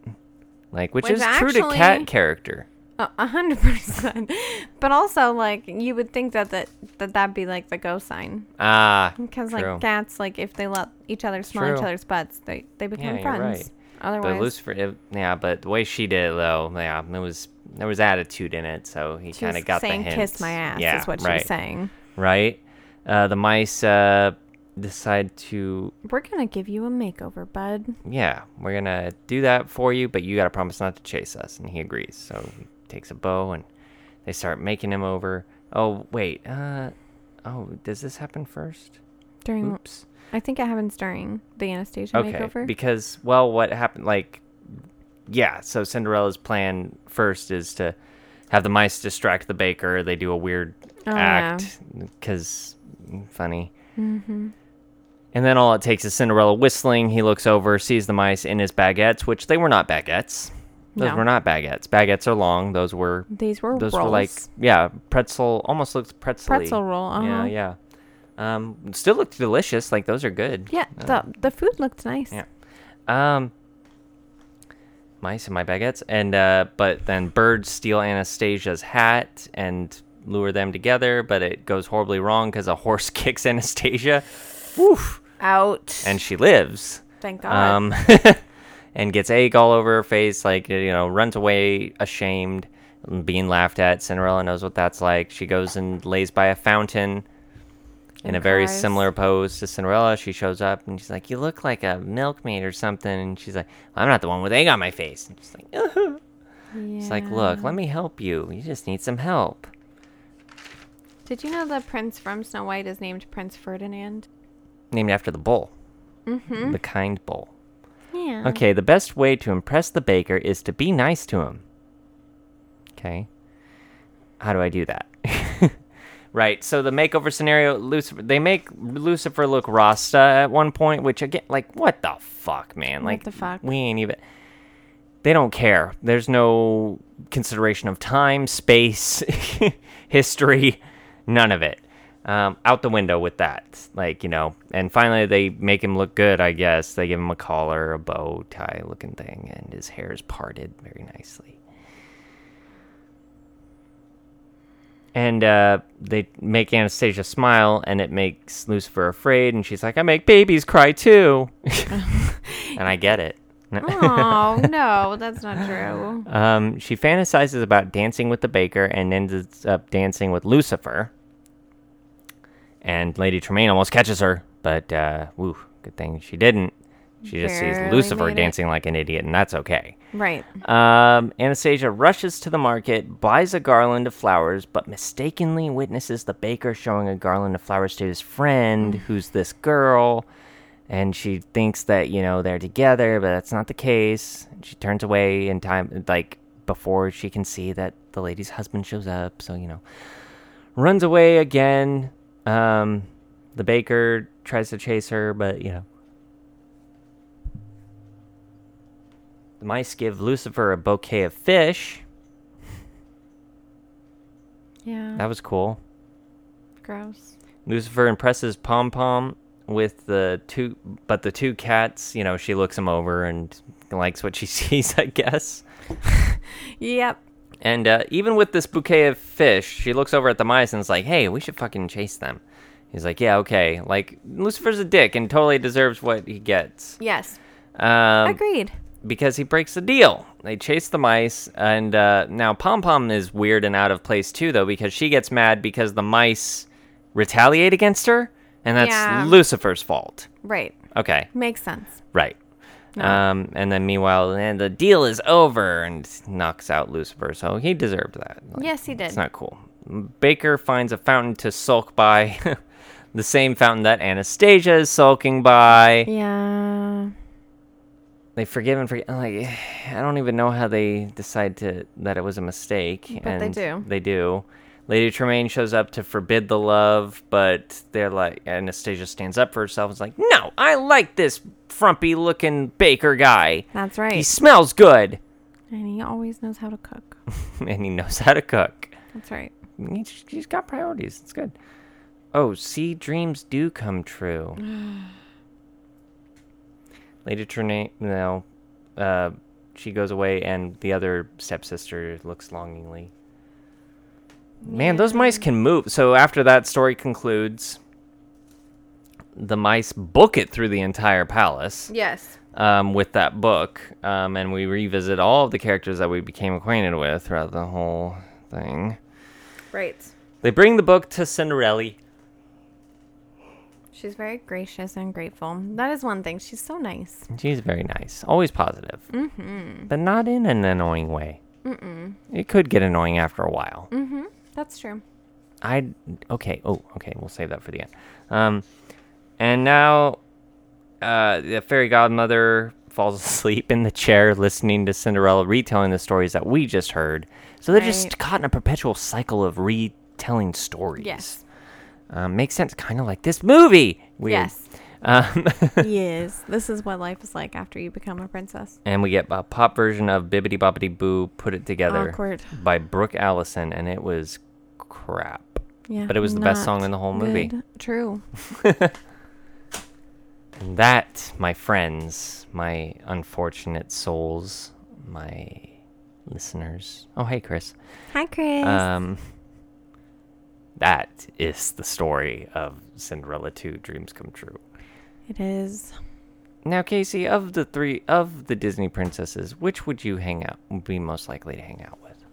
[SPEAKER 1] Like, which,
[SPEAKER 3] Which
[SPEAKER 1] is true to cat
[SPEAKER 3] actually-
[SPEAKER 1] character.
[SPEAKER 3] A Oh, a hundred percent. But also, like, you would think that that that that'd be like the go sign.
[SPEAKER 1] Ah.
[SPEAKER 3] Because
[SPEAKER 1] true.
[SPEAKER 3] like cats, like if they let each other smell each
[SPEAKER 1] True.
[SPEAKER 3] other's butts, they they become
[SPEAKER 1] you're
[SPEAKER 3] friends.
[SPEAKER 1] right.
[SPEAKER 3] Otherwise,
[SPEAKER 1] But Lucifer, it- yeah, but the way she did it though, yeah, it was there was attitude in it, so he
[SPEAKER 3] she
[SPEAKER 1] kind
[SPEAKER 3] was
[SPEAKER 1] of got
[SPEAKER 3] saying
[SPEAKER 1] the hint.
[SPEAKER 3] "kiss my ass" is what she
[SPEAKER 1] right,
[SPEAKER 3] was saying.
[SPEAKER 1] Right, uh, the mice uh, decide to,
[SPEAKER 3] We're gonna give you a makeover, bud.
[SPEAKER 1] yeah, we're gonna do that for you, but you gotta promise not to chase us, and he agrees. So he takes a bow and they start making him over. Oh wait, uh, oh, does this happen first?
[SPEAKER 3] During
[SPEAKER 1] Oops.
[SPEAKER 3] I think it happens during the Anastasia
[SPEAKER 1] Mm, okay
[SPEAKER 3] makeover.
[SPEAKER 1] because well what happened like yeah so cinderella's plan first is to have the mice distract the baker they do a weird
[SPEAKER 3] Oh, yeah.
[SPEAKER 1] act because mm, funny
[SPEAKER 3] Mm-hmm.
[SPEAKER 1] and then all it takes is cinderella whistling he looks over sees the mice in his baguettes which they were not baguettes those
[SPEAKER 3] No.
[SPEAKER 1] were not baguettes baguettes are long those were
[SPEAKER 3] These were
[SPEAKER 1] those
[SPEAKER 3] rolls.
[SPEAKER 1] were like yeah pretzel almost looks pretzel
[SPEAKER 3] Pretzel roll, uh-huh.
[SPEAKER 1] yeah yeah um still looked delicious like those are good Uh,
[SPEAKER 3] yeah, the the food looked nice.
[SPEAKER 1] yeah. Um, mice and my baguettes, and uh, but then birds steal Anastasia's hat, and lure them together, but it goes horribly wrong because a horse kicks Anastasia. Woof.
[SPEAKER 3] Out.
[SPEAKER 1] And she lives.
[SPEAKER 3] Thank God.
[SPEAKER 1] Um, and gets egg all over her face, like, you know, runs away ashamed, being laughed at. Cinderella knows what that's like. She goes and lays by a fountain in
[SPEAKER 3] And
[SPEAKER 1] a very
[SPEAKER 3] cries.
[SPEAKER 1] similar pose to Cinderella. She shows up and she's like, You look like a milkmaid or something. And she's like, I'm not the one with egg on my face. And she's like, It's like, Look,
[SPEAKER 3] Yeah.
[SPEAKER 1] let me help you. You just need some help.
[SPEAKER 3] Did you know the prince from Snow White is named Prince Ferdinand?
[SPEAKER 1] Named after the bull, mm-hmm. the kind bull.
[SPEAKER 3] Yeah.
[SPEAKER 1] Okay, the best way to impress the baker is to be nice to him. Okay. How do I do that? right. So the makeover scenario, Lucifer, they make Lucifer look Rasta at one point, which again, like, what the fuck, man?
[SPEAKER 3] What
[SPEAKER 1] Like,
[SPEAKER 3] the fuck?
[SPEAKER 1] We ain't even. They don't care. There's no consideration of time, space, history, none of it. Um, out the window with that. Like, you know, and finally they make him look good, I guess. They give him a collar, a bow tie looking thing, and his hair is parted very nicely. And uh, they make Anastasia smile, and it makes Lucifer afraid, and she's like, I make babies cry too. and I get it.
[SPEAKER 3] oh no, that's not true.
[SPEAKER 1] Um, she fantasizes about dancing with the baker and ends up dancing with Lucifer. And Lady Tremaine almost catches her, but uh, woo, good thing she didn't. She just sees
[SPEAKER 3] Barely
[SPEAKER 1] Lucifer
[SPEAKER 3] made it.
[SPEAKER 1] dancing like an idiot, and that's okay.
[SPEAKER 3] Right.
[SPEAKER 1] Um, Anastasia rushes to the market, buys a garland of flowers, but mistakenly witnesses the baker showing a garland of flowers to his friend, who's this girl. And she thinks that, you know, they're together, but that's not the case. She turns away in time, like, before she can see that the lady's husband shows up. So, you know, runs away again. Um, the baker tries to chase her, but, you know, The mice give Lucifer a bouquet of fish.
[SPEAKER 3] Yeah.
[SPEAKER 1] That was cool.
[SPEAKER 3] gross.
[SPEAKER 1] Lucifer impresses Pom Pom with the two, but the two cats, you know, she looks him over and likes what she sees, I guess.
[SPEAKER 3] Yep.
[SPEAKER 1] And uh, even with this bouquet of fish, she looks over at the mice and is like, hey, we should fucking chase them. He's like, yeah, okay. Like, Lucifer's a dick and totally deserves what he gets.
[SPEAKER 3] Yes.
[SPEAKER 1] Um,
[SPEAKER 3] Agreed.
[SPEAKER 1] because he breaks the deal. They chase the mice, and uh, now Pom Pom is weird and out of place too, though, because she gets mad because the mice retaliate against her, and that's
[SPEAKER 3] Yeah.
[SPEAKER 1] Lucifer's fault.
[SPEAKER 3] Right.
[SPEAKER 1] Okay,
[SPEAKER 3] Makes sense.
[SPEAKER 1] right. Um, and then meanwhile, and the deal is over, and knocks out Lucifer, so he deserved that. Like,
[SPEAKER 3] Yes, he did.
[SPEAKER 1] It's not cool. Baker finds a fountain to sulk by. The same fountain that Anastasia is sulking by
[SPEAKER 3] Yeah.
[SPEAKER 1] they forgive and forget. Like, I don't even know how they decide to that it was a mistake.
[SPEAKER 3] But they do.
[SPEAKER 1] They do. Lady Tremaine shows up to forbid the love, but they're like Anastasia stands up for herself. and is like, no, I like this frumpy-looking baker guy.
[SPEAKER 3] That's right.
[SPEAKER 1] He smells good,
[SPEAKER 3] And he always knows how to cook.
[SPEAKER 1] and he knows how to cook.
[SPEAKER 3] That's right.
[SPEAKER 1] He- She's got priorities. It's good. Oh, see, dreams do come true. Lady Trina, no, uh, she goes away, and the other stepsister looks longingly. Man, those mice can move. So after that story concludes, the mice book it through the entire palace
[SPEAKER 3] Yes.
[SPEAKER 1] um, with that book, um, and we revisit all of the characters that we became acquainted with throughout the whole thing.
[SPEAKER 3] Right.
[SPEAKER 1] They bring the book to Cinderella.
[SPEAKER 3] She's very gracious and grateful. That is one thing. She's so nice.
[SPEAKER 1] She's very nice, always positive, mm-hmm. but not in an annoying way. Mm-mm. It could get annoying after a while.
[SPEAKER 3] Mm. That's true.
[SPEAKER 1] I okay. Oh, okay. We'll save that for the end. Um, and now, uh, the fairy godmother falls asleep in the chair, listening to Cinderella retelling the stories that we just heard. So they're just
[SPEAKER 3] Right.
[SPEAKER 1] caught in a perpetual cycle of retelling stories.
[SPEAKER 3] Yes.
[SPEAKER 1] um, makes sense. Kind of like this movie. Weird.
[SPEAKER 3] Yes.
[SPEAKER 1] Um,
[SPEAKER 3] yes. This is what life is like after you become a princess.
[SPEAKER 1] and we get a pop version of Bibbidi Bobbidi Boo put it together
[SPEAKER 3] Awkward.
[SPEAKER 1] by Brooke Allison, and it was crap.
[SPEAKER 3] Yeah.
[SPEAKER 1] But it was the best
[SPEAKER 3] not
[SPEAKER 1] song in the whole movie.
[SPEAKER 3] good. True.
[SPEAKER 1] And that, my friends, my unfortunate souls, my listeners. Oh, hey, Chris.
[SPEAKER 3] Hi, Chris.
[SPEAKER 1] Um, that is the story of Cinderella 2 Dreams Come True.
[SPEAKER 3] It is.
[SPEAKER 1] Now, Casey, of the three of the Disney princesses, which would you hang out be most likely to hang out with?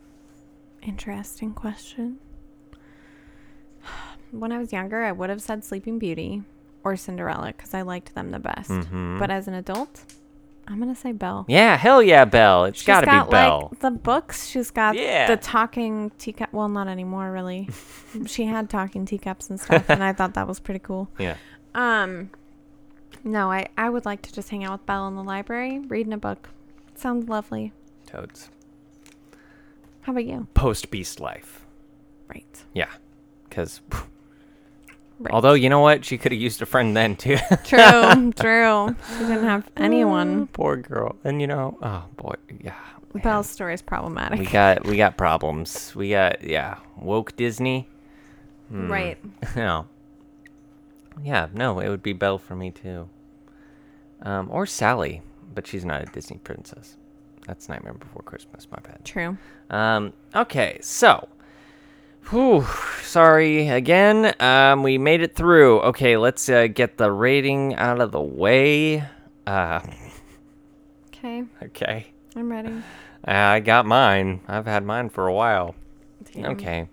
[SPEAKER 3] Interesting question. When I was younger, I would have said Sleeping Beauty or Cinderella because I liked them the best. But as an adult, I'm going to say Belle.
[SPEAKER 1] Mm-hmm. Yeah, hell yeah, Belle. It's
[SPEAKER 3] She's
[SPEAKER 1] gotta
[SPEAKER 3] got
[SPEAKER 1] be Belle.
[SPEAKER 3] like the books. She's got
[SPEAKER 1] Yeah.
[SPEAKER 3] the talking teacup. Well, not anymore, really. she had talking teacups and stuff, and I thought that was pretty cool.
[SPEAKER 1] yeah.
[SPEAKER 3] Um, no, I I would like to just hang out with Belle in the library, reading a book. Sounds lovely.
[SPEAKER 1] Toads.
[SPEAKER 3] How about you?
[SPEAKER 1] Post Beast Life.
[SPEAKER 3] Right.
[SPEAKER 1] Yeah. Because,
[SPEAKER 3] Right.
[SPEAKER 1] although, you know what? She could have used a friend then, too.
[SPEAKER 3] True, true. She didn't have anyone.
[SPEAKER 1] Ah, Poor girl. And, you know, oh, boy. Yeah. man.
[SPEAKER 3] Belle's story is problematic.
[SPEAKER 1] We got we got problems. We got yeah, woke Disney.
[SPEAKER 3] Right.
[SPEAKER 1] Hmm. No. Yeah, no, it would be Belle for me too. Um, or Sally, but she's not a Disney princess. That's Nightmare Before Christmas. My bad.
[SPEAKER 3] True.
[SPEAKER 1] Um, okay, so. Whew, sorry again. Um, we made it through. Okay, let's uh, get the rating out of the way. Uh,
[SPEAKER 3] Okay,
[SPEAKER 1] okay. Uh,
[SPEAKER 3] I'm ready.
[SPEAKER 1] I got mine. I've had mine for a while. Okay.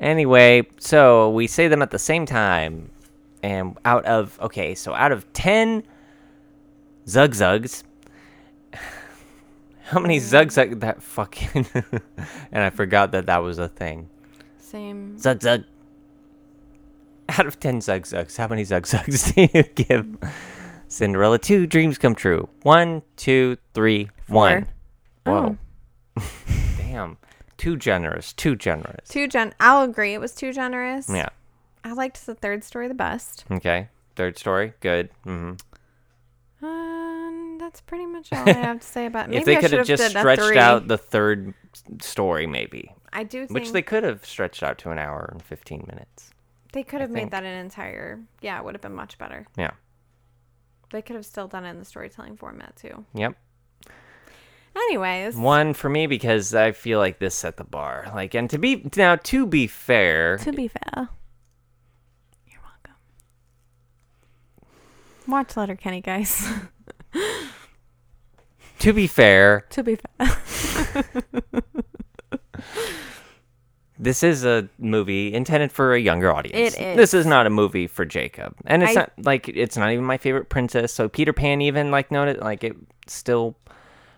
[SPEAKER 1] Anyway, so we say them at the same time. And out of, okay, so out of 10 Zug Zugs, how many Zug Zug that fucking. and I forgot that that was a thing.
[SPEAKER 3] Same.
[SPEAKER 1] Zug Zug. Out of 10 Zug Zugs, how many Zug Zugs do you give Cinderella 2 Dreams Come True? One, two, three, one.
[SPEAKER 3] Oh.
[SPEAKER 1] Whoa. Damn. Too generous. Too generous.
[SPEAKER 3] Too gen. I'll agree. It was too generous.
[SPEAKER 1] Yeah.
[SPEAKER 3] I liked the third story the best.
[SPEAKER 1] Okay. Third story. Good. hmm
[SPEAKER 3] Um, that's pretty much all I have to say about. Maybe
[SPEAKER 1] If they
[SPEAKER 3] I
[SPEAKER 1] could
[SPEAKER 3] should
[SPEAKER 1] have
[SPEAKER 3] have
[SPEAKER 1] just
[SPEAKER 3] did a
[SPEAKER 1] stretched
[SPEAKER 3] three.
[SPEAKER 1] out the third s- story, maybe,
[SPEAKER 3] I do think
[SPEAKER 1] which they could have stretched out to an hour and 15 minutes.
[SPEAKER 3] they could have
[SPEAKER 1] think.
[SPEAKER 3] made that an entire. Yeah, it would have been much better.
[SPEAKER 1] Yeah.
[SPEAKER 3] They could have still done it in the storytelling format too.
[SPEAKER 1] Yep.
[SPEAKER 3] Anyways,
[SPEAKER 1] One for me because I feel like this set the bar. Like, and to be now, to be fair,
[SPEAKER 3] to be fair, you're welcome. Watch Letterkenny, guys.
[SPEAKER 1] to be fair,
[SPEAKER 3] to be fair,
[SPEAKER 1] this is a movie intended for a younger audience.
[SPEAKER 3] It is.
[SPEAKER 1] This is not a movie for Jacob, and it's
[SPEAKER 3] I-
[SPEAKER 1] not like it's not even my favorite princess. So Peter Pan, even like noted, like it still,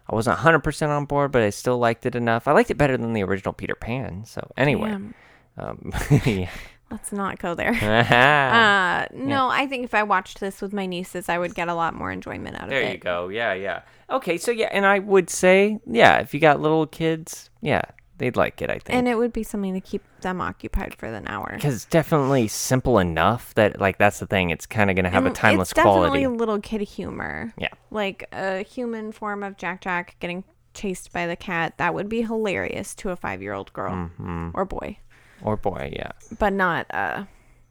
[SPEAKER 1] I wasn't hundred percent on board, but I still liked it enough. I liked it better than the original Peter Pan. So anyway,
[SPEAKER 3] Damn.
[SPEAKER 1] um, yeah.
[SPEAKER 3] let's not go there.
[SPEAKER 1] Aha.
[SPEAKER 3] Uh, no, I think if I watched this with my nieces, I would get a lot more enjoyment out of it.
[SPEAKER 1] there you go. Yeah, yeah. Okay, so yeah, and I would say, yeah, if you got little kids, yeah, they'd like it. I think.
[SPEAKER 3] And it would be something to keep them occupied for an hour.
[SPEAKER 1] because it's definitely simple enough that like that's the thing it's kind of going to have a
[SPEAKER 3] Mm,
[SPEAKER 1] timeless
[SPEAKER 3] it's definitely
[SPEAKER 1] quality
[SPEAKER 3] little kid humor.
[SPEAKER 1] Yeah.
[SPEAKER 3] Like a human form of Jack Jack getting chased by the cat. That would be hilarious to a five year old girl
[SPEAKER 1] Mm-hmm.
[SPEAKER 3] or boy,
[SPEAKER 1] or boy yeah
[SPEAKER 3] but not uh,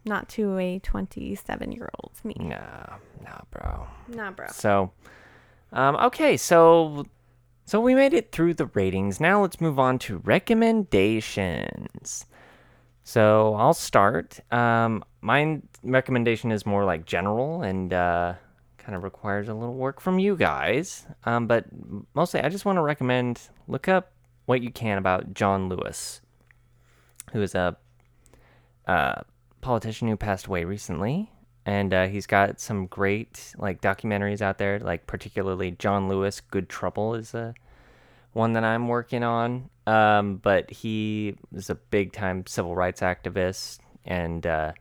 [SPEAKER 3] not to a 27 year old me.
[SPEAKER 1] Nah, nah, bro.
[SPEAKER 3] Nah, bro.
[SPEAKER 1] So, um, okay, so, so we made it through the ratings. Now let's move on to recommendations. So I'll start. Um, my recommendation is more like general and uh, kind of requires a little work from you guys. Um, but mostly, I just want to recommend look up what you can about John Lewis, who is a uh, politician who passed away recently, and uh, he's got some great like documentaries out there. Like particularly John Lewis, Good Trouble is a one that I'm working on. Um, but he was a big time civil rights activist and uh,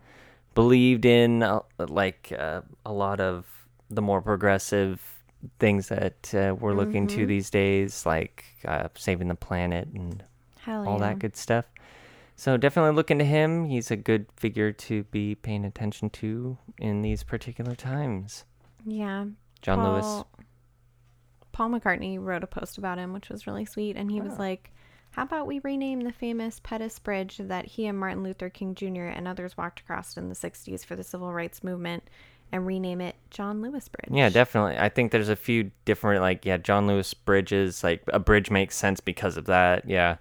[SPEAKER 1] believed in uh, like uh, a lot of the more progressive things that uh, we're looking to these days, like uh, saving the planet and
[SPEAKER 3] Hell Oh, yeah.
[SPEAKER 1] all that good stuff. So definitely look into him. He's a good figure to be paying attention to in these particular times.
[SPEAKER 3] Yeah.
[SPEAKER 1] John Lewis.
[SPEAKER 3] Paul McCartney wrote a post about him, which was really sweet. And he
[SPEAKER 1] Oh.
[SPEAKER 3] was like, How about we rename the famous Pettus Bridge that he and Martin Luther King Jr. and others walked across in the 60s for the civil rights movement and rename it John Lewis Bridge?
[SPEAKER 1] Yeah, definitely. I think there's a few different like yeah, John Lewis bridges. Like a bridge makes sense because of that. Yeah.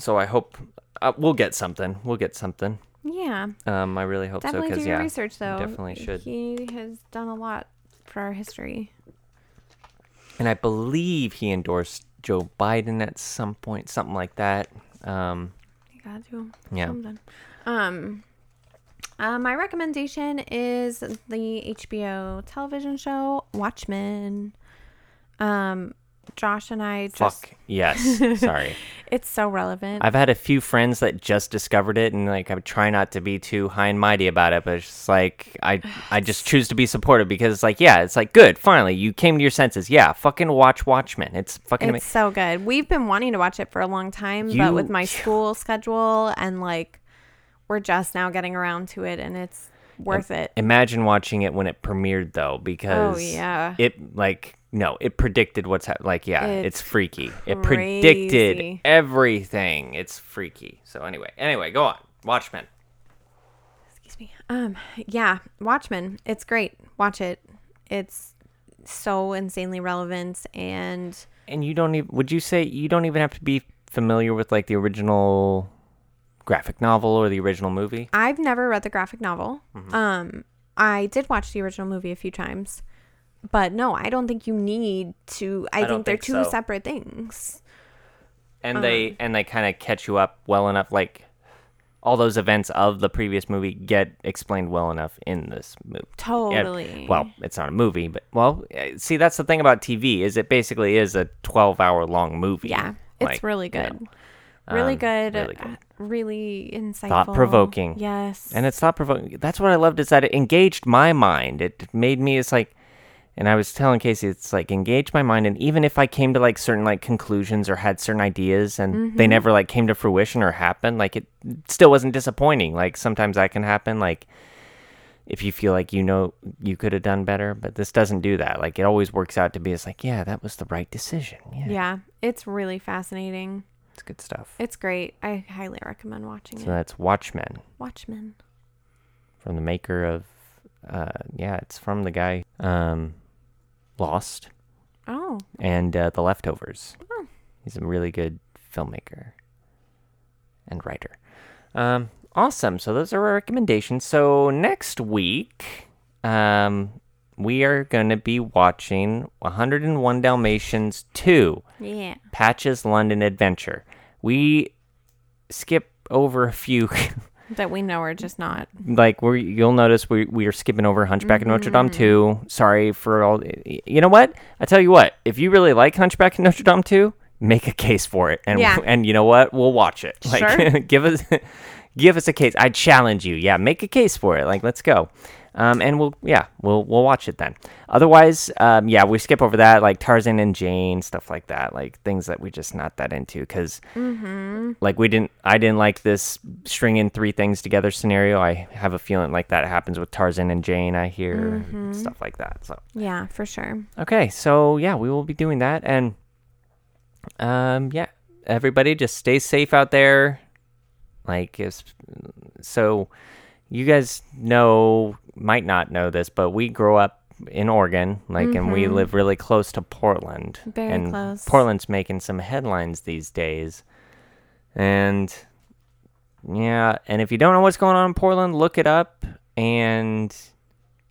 [SPEAKER 1] So I hope uh, we'll get something. We'll get something.
[SPEAKER 3] Yeah.
[SPEAKER 1] Um, I really hope so
[SPEAKER 3] Definitely do
[SPEAKER 1] because
[SPEAKER 3] your
[SPEAKER 1] yeah,
[SPEAKER 3] research, though.
[SPEAKER 1] definitely should.
[SPEAKER 3] He has done a lot for our history.
[SPEAKER 1] and I believe he endorsed Joe Biden at some point, something like that. Um,
[SPEAKER 3] You gotta do 'em.
[SPEAKER 1] Yeah.
[SPEAKER 3] Something. Um, uh, my recommendation is the HBO television show Watchmen. Um, Josh and I just.
[SPEAKER 1] fuck yes. Sorry,
[SPEAKER 3] It's so relevant.
[SPEAKER 1] I've had a few friends that just discovered it, and like I try not to be too high and mighty about it, but it's just like I I just choose to be supportive because it's like yeah, it's like good. Finally, you came to your senses. Yeah, fucking watch Watchmen. It's fucking
[SPEAKER 3] It's so good. We've been wanting to watch it for a long time,
[SPEAKER 1] You-
[SPEAKER 3] but with my school schedule and like we're just now getting around to it and it's worth it.
[SPEAKER 1] imagine watching it when it premiered though because
[SPEAKER 3] Oh, yeah.
[SPEAKER 1] it like no it predicted what's hap- like yeah it's,
[SPEAKER 3] It's
[SPEAKER 1] freaky it
[SPEAKER 3] crazy.
[SPEAKER 1] predicted everything it's freaky so anyway anyway go on watchmen
[SPEAKER 3] Excuse me. Um yeah, Watchmen. It's great. Watch it. It's so insanely relevant and
[SPEAKER 1] and you don't even would you say you don't even have to be familiar with like the original graphic novel or the original movie
[SPEAKER 3] I've never read the graphic novel.
[SPEAKER 1] Mm-hmm.
[SPEAKER 3] Um, I did watch the original movie a few times, but no, I don't think you need to. I,
[SPEAKER 1] don't
[SPEAKER 3] think they're
[SPEAKER 1] think
[SPEAKER 3] two
[SPEAKER 1] so.
[SPEAKER 3] separate things.
[SPEAKER 1] and
[SPEAKER 3] Uh-huh.
[SPEAKER 1] they and they kind of catch you up well enough like all those events of the previous movie get explained well enough in this movie Yeah,
[SPEAKER 3] Totally.
[SPEAKER 1] well, it's not a movie, but well, eh, see, that's the thing about TV is it basically is a twelve-hour-long movie.
[SPEAKER 3] yeah, it's
[SPEAKER 1] Like,
[SPEAKER 3] really good. Really
[SPEAKER 1] Um,
[SPEAKER 3] good,
[SPEAKER 1] really
[SPEAKER 3] really
[SPEAKER 1] good.
[SPEAKER 3] really insightful,
[SPEAKER 1] Thought-provoking.
[SPEAKER 3] Yes,
[SPEAKER 1] and it's thought provoking. That's what I loved is that it engaged my mind. It made me. It's like, and I was telling Casey, it's like engaged my mind, and even if I came to like certain like conclusions or had certain ideas, and they never like came to fruition or happened, like it still wasn't disappointing. Like sometimes that can happen. Like. If you feel like you know you could have done better, but this doesn't do that. Like it always works out to be, it's like, yeah, that was the right decision. Yeah,
[SPEAKER 3] yeah, it's really fascinating.
[SPEAKER 1] it's good stuff.
[SPEAKER 3] It's great. I highly recommend watching
[SPEAKER 1] So
[SPEAKER 3] it.
[SPEAKER 1] that's Watchmen
[SPEAKER 3] Watchmen.
[SPEAKER 1] from the maker of, uh, yeah, it's from the guy um, Lost
[SPEAKER 3] Oh,
[SPEAKER 1] and uh, The Leftovers.
[SPEAKER 3] Oh.
[SPEAKER 1] He's a really good filmmaker and writer. Um, awesome. So those are our recommendations. So next week, um, we are going to be watching 101 Dalmatians 2.
[SPEAKER 3] yeah.
[SPEAKER 1] Patch's London Adventure. We skip over a few
[SPEAKER 3] That we know are just not.
[SPEAKER 1] like we you'll notice we we are skipping over Hunchback of Notre Dame 2. Sorry for all you know what? I tell you what, if you really like Hunchback of Notre Dame 2, make a case for it and
[SPEAKER 3] Yeah.
[SPEAKER 1] and you know what? We'll watch it.
[SPEAKER 3] Sure.
[SPEAKER 1] give us give us a case. I challenge you. Yeah, make a case for it. Like let's go. Um, and we'll yeah, we'll we'll watch it then. Otherwise, um, yeah, we skip over that like Tarzan and Jane stuff like that, like things that we're just not that into cuz like we didn't i didn't like this stringing three things together scenario i have a feeling like that happens with tarzan and jane i hear and stuff like that so
[SPEAKER 3] Yeah, for sure.
[SPEAKER 1] okay so yeah we will be doing that and um yeah everybody just stay safe out there like it's, so you guys know might not know this but we grow up in Oregon, like, and we live really close to Portland.
[SPEAKER 3] Mm-hmm. Very
[SPEAKER 1] and
[SPEAKER 3] close.
[SPEAKER 1] Portland's making some headlines these days. And yeah, and if you don't know what's going on in Portland, look it up and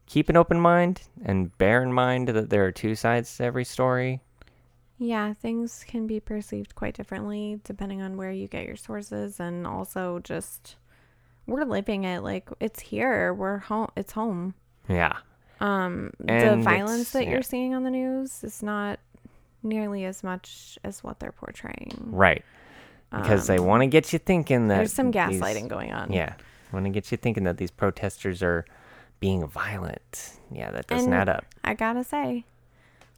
[SPEAKER 1] keep an open mind and bear in mind that there are two sides to every story.
[SPEAKER 3] Yeah, things can be perceived quite differently depending on where you get your sources and also just we're living it like it's here. We're home. It's home.
[SPEAKER 1] Yeah.
[SPEAKER 3] Um
[SPEAKER 1] And
[SPEAKER 3] the violence
[SPEAKER 1] it's-
[SPEAKER 3] that
[SPEAKER 1] yeah.
[SPEAKER 3] you're seeing on the news is not nearly as much as what they're portraying.
[SPEAKER 1] Right. Because they want to get you thinking that
[SPEAKER 3] Um, There's some
[SPEAKER 1] these-
[SPEAKER 3] gaslighting going on.
[SPEAKER 1] Yeah. Want to get you thinking that these protesters are being violent. Yeah, that doesn't
[SPEAKER 3] And
[SPEAKER 1] add up.
[SPEAKER 3] I gotta say,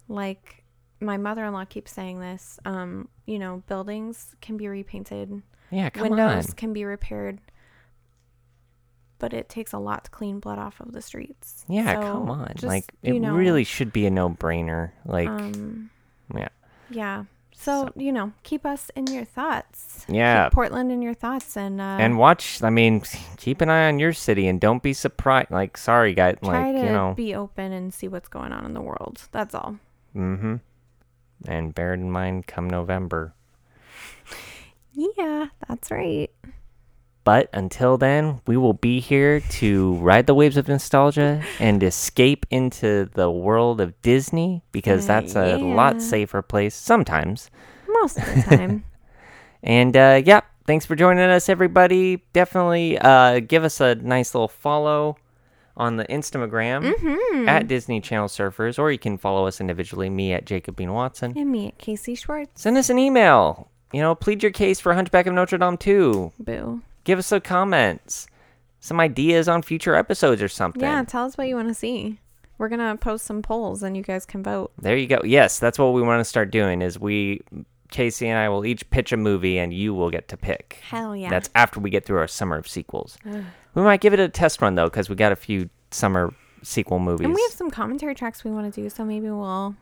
[SPEAKER 3] like my mother-in-law keeps saying this. Um, you know, buildings can be repainted,
[SPEAKER 1] Yeah, come
[SPEAKER 3] windows
[SPEAKER 1] on.
[SPEAKER 3] can be repaired, but it takes a lot to clean blood off of the streets.
[SPEAKER 1] Yeah,
[SPEAKER 3] So,
[SPEAKER 1] come on.
[SPEAKER 3] just,
[SPEAKER 1] like it
[SPEAKER 3] you know,
[SPEAKER 1] really should be a no-brainer. Like
[SPEAKER 3] Um,
[SPEAKER 1] yeah.
[SPEAKER 3] yeah. So, you know, keep us in your thoughts.
[SPEAKER 1] Yeah.
[SPEAKER 3] Keep Portland in your thoughts, and uh,
[SPEAKER 1] and watch, I mean, keep an eye on your city and don't be surprised. Like sorry guys,
[SPEAKER 3] try
[SPEAKER 1] like,
[SPEAKER 3] to
[SPEAKER 1] you know,
[SPEAKER 3] be open and see what's going on in the world. That's all.
[SPEAKER 1] Mm-hmm. and bear it in mind come November.
[SPEAKER 3] Yeah, That's right.
[SPEAKER 1] But until then, we will be here to ride the waves of nostalgia and escape into the world of Disney because that's a
[SPEAKER 3] Yeah.
[SPEAKER 1] lot safer place sometimes.
[SPEAKER 3] Most of the time.
[SPEAKER 1] And uh, yeah, thanks for joining us, everybody. Definitely uh, give us a nice little follow on the Instagram at Disney Channel Surfers, or you can follow us individually, me at Jacob Bean Watson.
[SPEAKER 3] and me at Casey Schwartz.
[SPEAKER 1] Send us an email. You know, plead your case for Hunchback of Notre Dame 2.
[SPEAKER 3] Boo.
[SPEAKER 1] Give us some comments, some ideas on future episodes or something.
[SPEAKER 3] Yeah, tell us what you want to see. We're gonna post some polls and you guys can vote.
[SPEAKER 1] There you go. Yes, that's what we want to start doing is we Casey and I will each pitch a movie and you will get to pick.
[SPEAKER 3] Hell yeah.
[SPEAKER 1] That's after we get through our summer of sequels. we might give it a test run though cuz we got a few summer sequel movies.
[SPEAKER 3] and we have some commentary tracks we want to do, so maybe we'll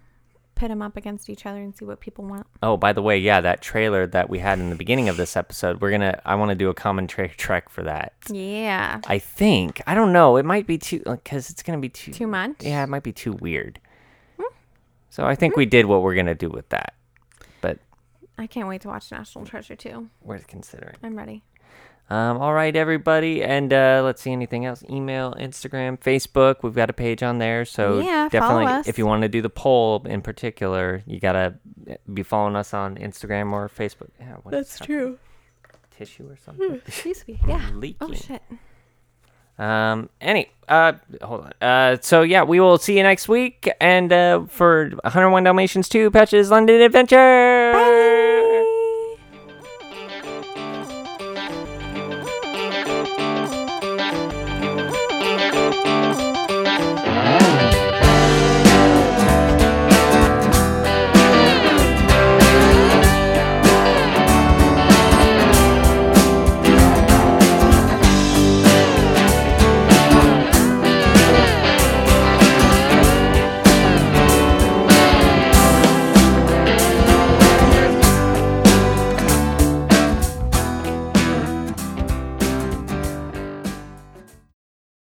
[SPEAKER 3] pit them up against each other and see what people want.
[SPEAKER 1] oh, by the way, yeah, that trailer that we had in the beginning of this episode, we're going to I want to do a commentary track for that.
[SPEAKER 3] Yeah.
[SPEAKER 1] I think. I don't know. It might be too cuz it's going to be too
[SPEAKER 3] Too much?
[SPEAKER 1] Yeah, it might be too weird.
[SPEAKER 3] Hmm.
[SPEAKER 1] So I think we did what we're going to do with that. But
[SPEAKER 3] I can't wait to watch National Treasure too.
[SPEAKER 1] worth considering.
[SPEAKER 3] I'm ready.
[SPEAKER 1] Um, all right, everybody, and uh, let's see anything else. Email, Instagram, Facebook. We've got a page on there, so
[SPEAKER 3] Yeah, follow
[SPEAKER 1] definitely,
[SPEAKER 3] us.
[SPEAKER 1] if you want to do the poll in particular, you gotta uh, be following us on Instagram or Facebook. Yeah, what is that?
[SPEAKER 3] true.
[SPEAKER 1] Tissue or something.
[SPEAKER 3] Excuse me. Hmm, Yeah.
[SPEAKER 1] Leaking.
[SPEAKER 3] Oh shit.
[SPEAKER 1] Um. Any. Uh. Hold on. Uh. So yeah, we will see you next week, and uh, for 101 Dalmatians 2 Patches London Adventure.